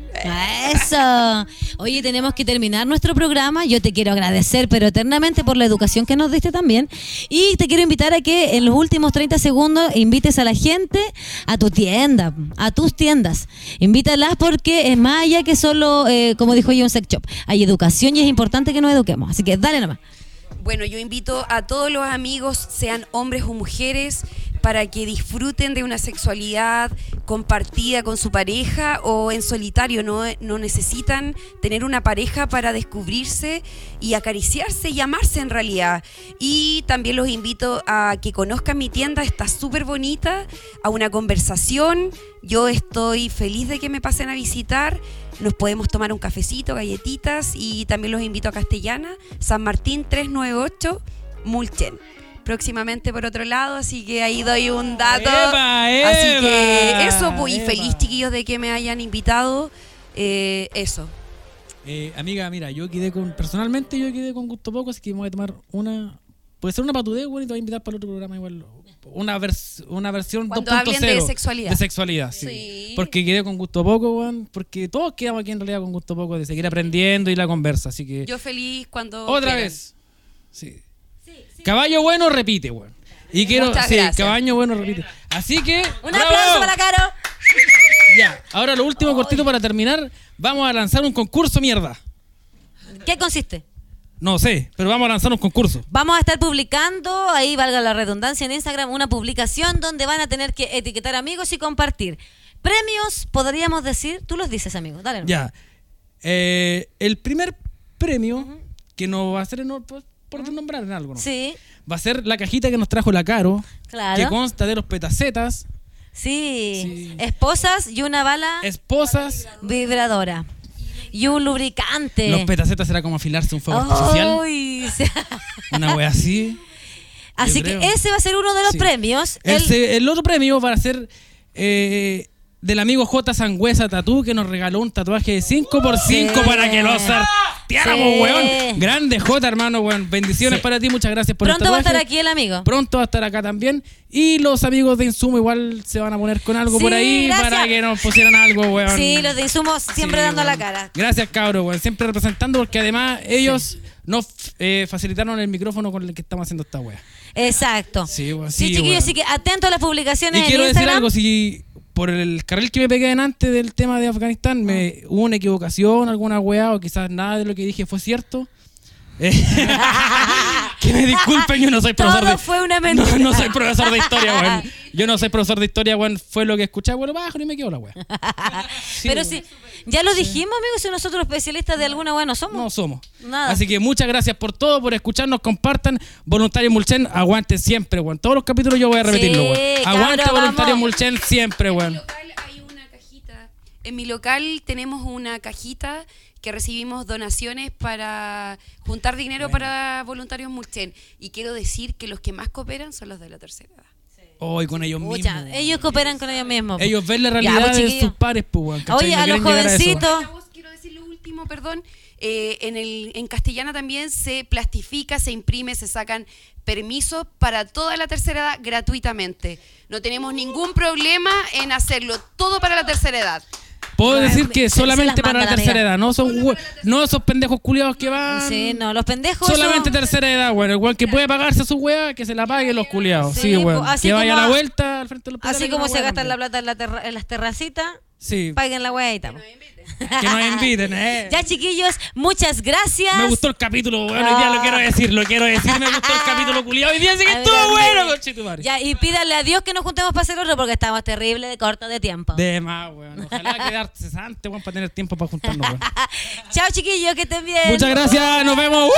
C: Eso. Oye, tenemos que terminar nuestro programa. Yo te quiero agradecer, pero eternamente, por la educación que nos diste también. Y te quiero invitar a que en los últimos 30 segundos invites a la gente a tu tienda, a tus tiendas. Invítalas porque es más allá que solo, eh, como dijo yo, un sex shop. Hay educación y es importante que nos eduquemos. Así que dale nomás.
D: Bueno, yo invito a todos los amigos, sean hombres o mujeres, para que disfruten de una sexualidad compartida con su pareja o en solitario. No, no necesitan tener una pareja para descubrirse y acariciarse y amarse en realidad. Y también los invito a que conozcan mi tienda, está súper bonita, a una conversación. Yo estoy feliz de que me pasen a visitar. Nos podemos tomar un cafecito, galletitas y también los invito a Castellana, San Martín 398, Mulchen. Próximamente por otro lado, así que ahí doy un dato.
B: ¡Epa,
D: así que
B: Eva,
D: eso, pues, y
B: Eva!
D: feliz chiquillos de que me hayan invitado. Eh, eso.
B: Eh, amiga, mira, yo quedé con. Personalmente, yo quedé con gusto poco, así que me voy a tomar una. Puede ser una patudez, bueno, y te voy a invitar para el otro programa igual. Una, vers- una versión
D: Cuando
B: 2.0.
D: hablen de sexualidad.
B: De sexualidad, sí.
D: Sí.
B: Porque quedé con gusto poco, weón. Porque todos quedamos aquí en realidad con gusto poco de seguir aprendiendo y la conversa, así que.
D: Yo feliz cuando.
B: Otra
D: quieran.
B: vez. Sí. Caballo bueno repite, weón. Y quiero.
D: Muchas
B: sí,
D: gracias.
B: caballo bueno repite. Así que.
C: Un
B: ¡bravo!
C: aplauso para Caro.
B: Ya, ahora lo último cortito para terminar. Vamos a lanzar un concurso, mierda.
C: ¿Qué consiste?
B: No sé, pero vamos a lanzar un concurso.
C: Vamos a estar publicando, ahí valga la redundancia, en Instagram una publicación donde van a tener que etiquetar amigos y compartir. Premios, podríamos decir, tú los dices, amigos, dale. nomás.
B: Ya. Eh, el primer premio, que no va a ser en or- por, por nombrar en algo, ¿no?
C: Sí,
B: Va a ser la cajita que nos trajo la Caro,
C: Claro.
B: que consta de los petacetas,
C: sí,
B: Sí.
C: Esposas y una bala
B: esposas.
C: vibradora. Y un lubricante.
B: Los petacetas era como afilarse un fuego social,
C: Ay, se-
B: una wea así.
C: Así
B: Yo
C: que
B: creo.
C: ese va a ser uno de los
B: Sí.
C: premios.
B: El,
C: El-
B: se- el otro premio va a ser eh, del amigo J. Sangüesa Tatú, que nos regaló un tatuaje de 5x5
C: Sí.
B: para que lo sorteáramos,
C: Sí.
B: weón. Grande J, hermano, weón. Bendiciones
C: Sí.
B: para ti, muchas gracias por
C: Pronto
B: el
C: va a estar
B: tatuaje.
C: aquí el amigo.
B: Pronto va a estar acá también. Y los amigos de Insumo igual se van a poner con algo por
C: Sí,
B: ahí
C: gracias.
B: para que nos pusieran algo, weón.
C: Sí, los de insumos siempre
B: Sí,
C: dando la
B: weón.
C: cara.
B: Gracias, cabro, weón. Siempre representando porque además ellos nos eh, facilitaron el micrófono con el que estamos haciendo esta wea.
C: Exacto.
B: Sí, weón, sí,
C: chiquillos,
B: weón.
C: así que atento a las publicaciones
B: Y
C: en
B: quiero decir
C: Instagram.
B: algo, si por el carril que me pegué delante del tema de Afganistán
C: Ah.
B: me hubo una equivocación, alguna weá, o quizás nada de lo que dije fue cierto.
C: (laughs)
B: eh, que me disculpen, yo no soy
C: Todo
B: profesor de
C: fue una mentira.
B: No, no soy profesor de historia,
C: (laughs)
B: weón. Yo no soy profesor de historia, weón. Fue lo que escuché, weón, bajo y me quedó la weá. Sí,
C: Pero
B: weón.
C: sí, ya lo dijimos, amigos, si nosotros especialistas de alguna weá no somos.
B: No somos.
C: Nada.
B: Así que muchas gracias por todo, por escucharnos, compartan. Voluntario Mulchen, aguante siempre, weón. Todos los capítulos yo voy a repetirlo,
C: Sí,
B: weón. Aguante
C: cabrón,
B: Voluntario
C: vamos.
B: Mulchen siempre,
D: mi
B: weón.
D: local hay una cajita. En mi local tenemos una cajita que recibimos donaciones para juntar dinero para voluntarios Mulchen. Y quiero decir que los que más cooperan son los de la tercera edad.
B: Hoy con ellos mismos.
C: Pucha,
B: weón.
C: ellos cooperan con ellos mismos.
B: Ellos ven la
C: Ya,
B: realidad
C: pues,
B: de
C: chiquillos.
B: sus pares, pues, weón, ¿cachai?
C: Oye,
B: No
C: a los
B: quieren llegar eso.
C: jovencitos.
D: La voz, quiero decir lo último, perdón. Eh, en, el, en castellana también se plastifica, se imprime, se sacan permisos para toda la tercera edad gratuitamente. No tenemos ningún problema en hacerlo, todo para la tercera edad.
B: Puedo
C: Ay,
B: decir
C: pues, se-
B: que
C: se las
B: solamente para la
C: manda la
B: tercera
C: amiga.
B: edad, no son hue- no esos pendejos culiados que van.
C: Sí, no, los pendejos.
B: Solamente
C: son-
B: tercera edad, weón. El weón que puede pagarse su weá, que se la pague los culiados.
C: Sí,
B: Sí, weón.
C: pues, así
B: Que vaya a
C: como
B: la
C: a-
B: vuelta al frente de los
C: Así
B: pedales,
C: como
B: una
C: se
B: weá
C: gastan la
B: también.
C: plata en, la terra- en las terracitas,
B: Sí,
C: paguen la weá y estamos.
B: que nos inviten, eh.
C: (laughs) Ya, chiquillos, muchas gracias.
B: Me gustó el capítulo, weón. Hoy día lo quiero decir, lo quiero decir. Me gustó el capítulo culiado. Hoy día sí que
C: Ah. (laughs) A mí
B: estuvo
C: también.
B: bueno, conchetumare.
C: Ya, y pídale a Dios que nos juntemos para hacer otro porque estamos terrible de corto de tiempo.
B: De más, weón. Ojalá quedarse cesante, weón, para tener tiempo para juntarnos,
C: (laughs)
B: weón.
C: Chao, chiquillos, que estén bien.
B: Muchas gracias, nos vemos. ¡Uh!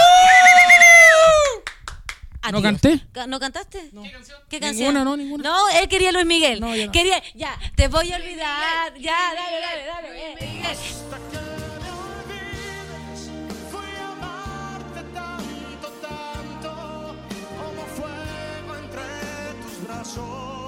B: ¿No
C: Adiós.
B: canté?
C: Ca- ¿No cantaste? ¿Qué canción?
B: Ninguna, no, ninguna.
C: No, él quería Luis Miguel.
B: No, yo no.
C: Quería, ya, te voy a olvidar. Ya, dale, dale, dale. eh, Miguel.
A: Fui a amarte tanto, tanto, como fuego entre tus brazos.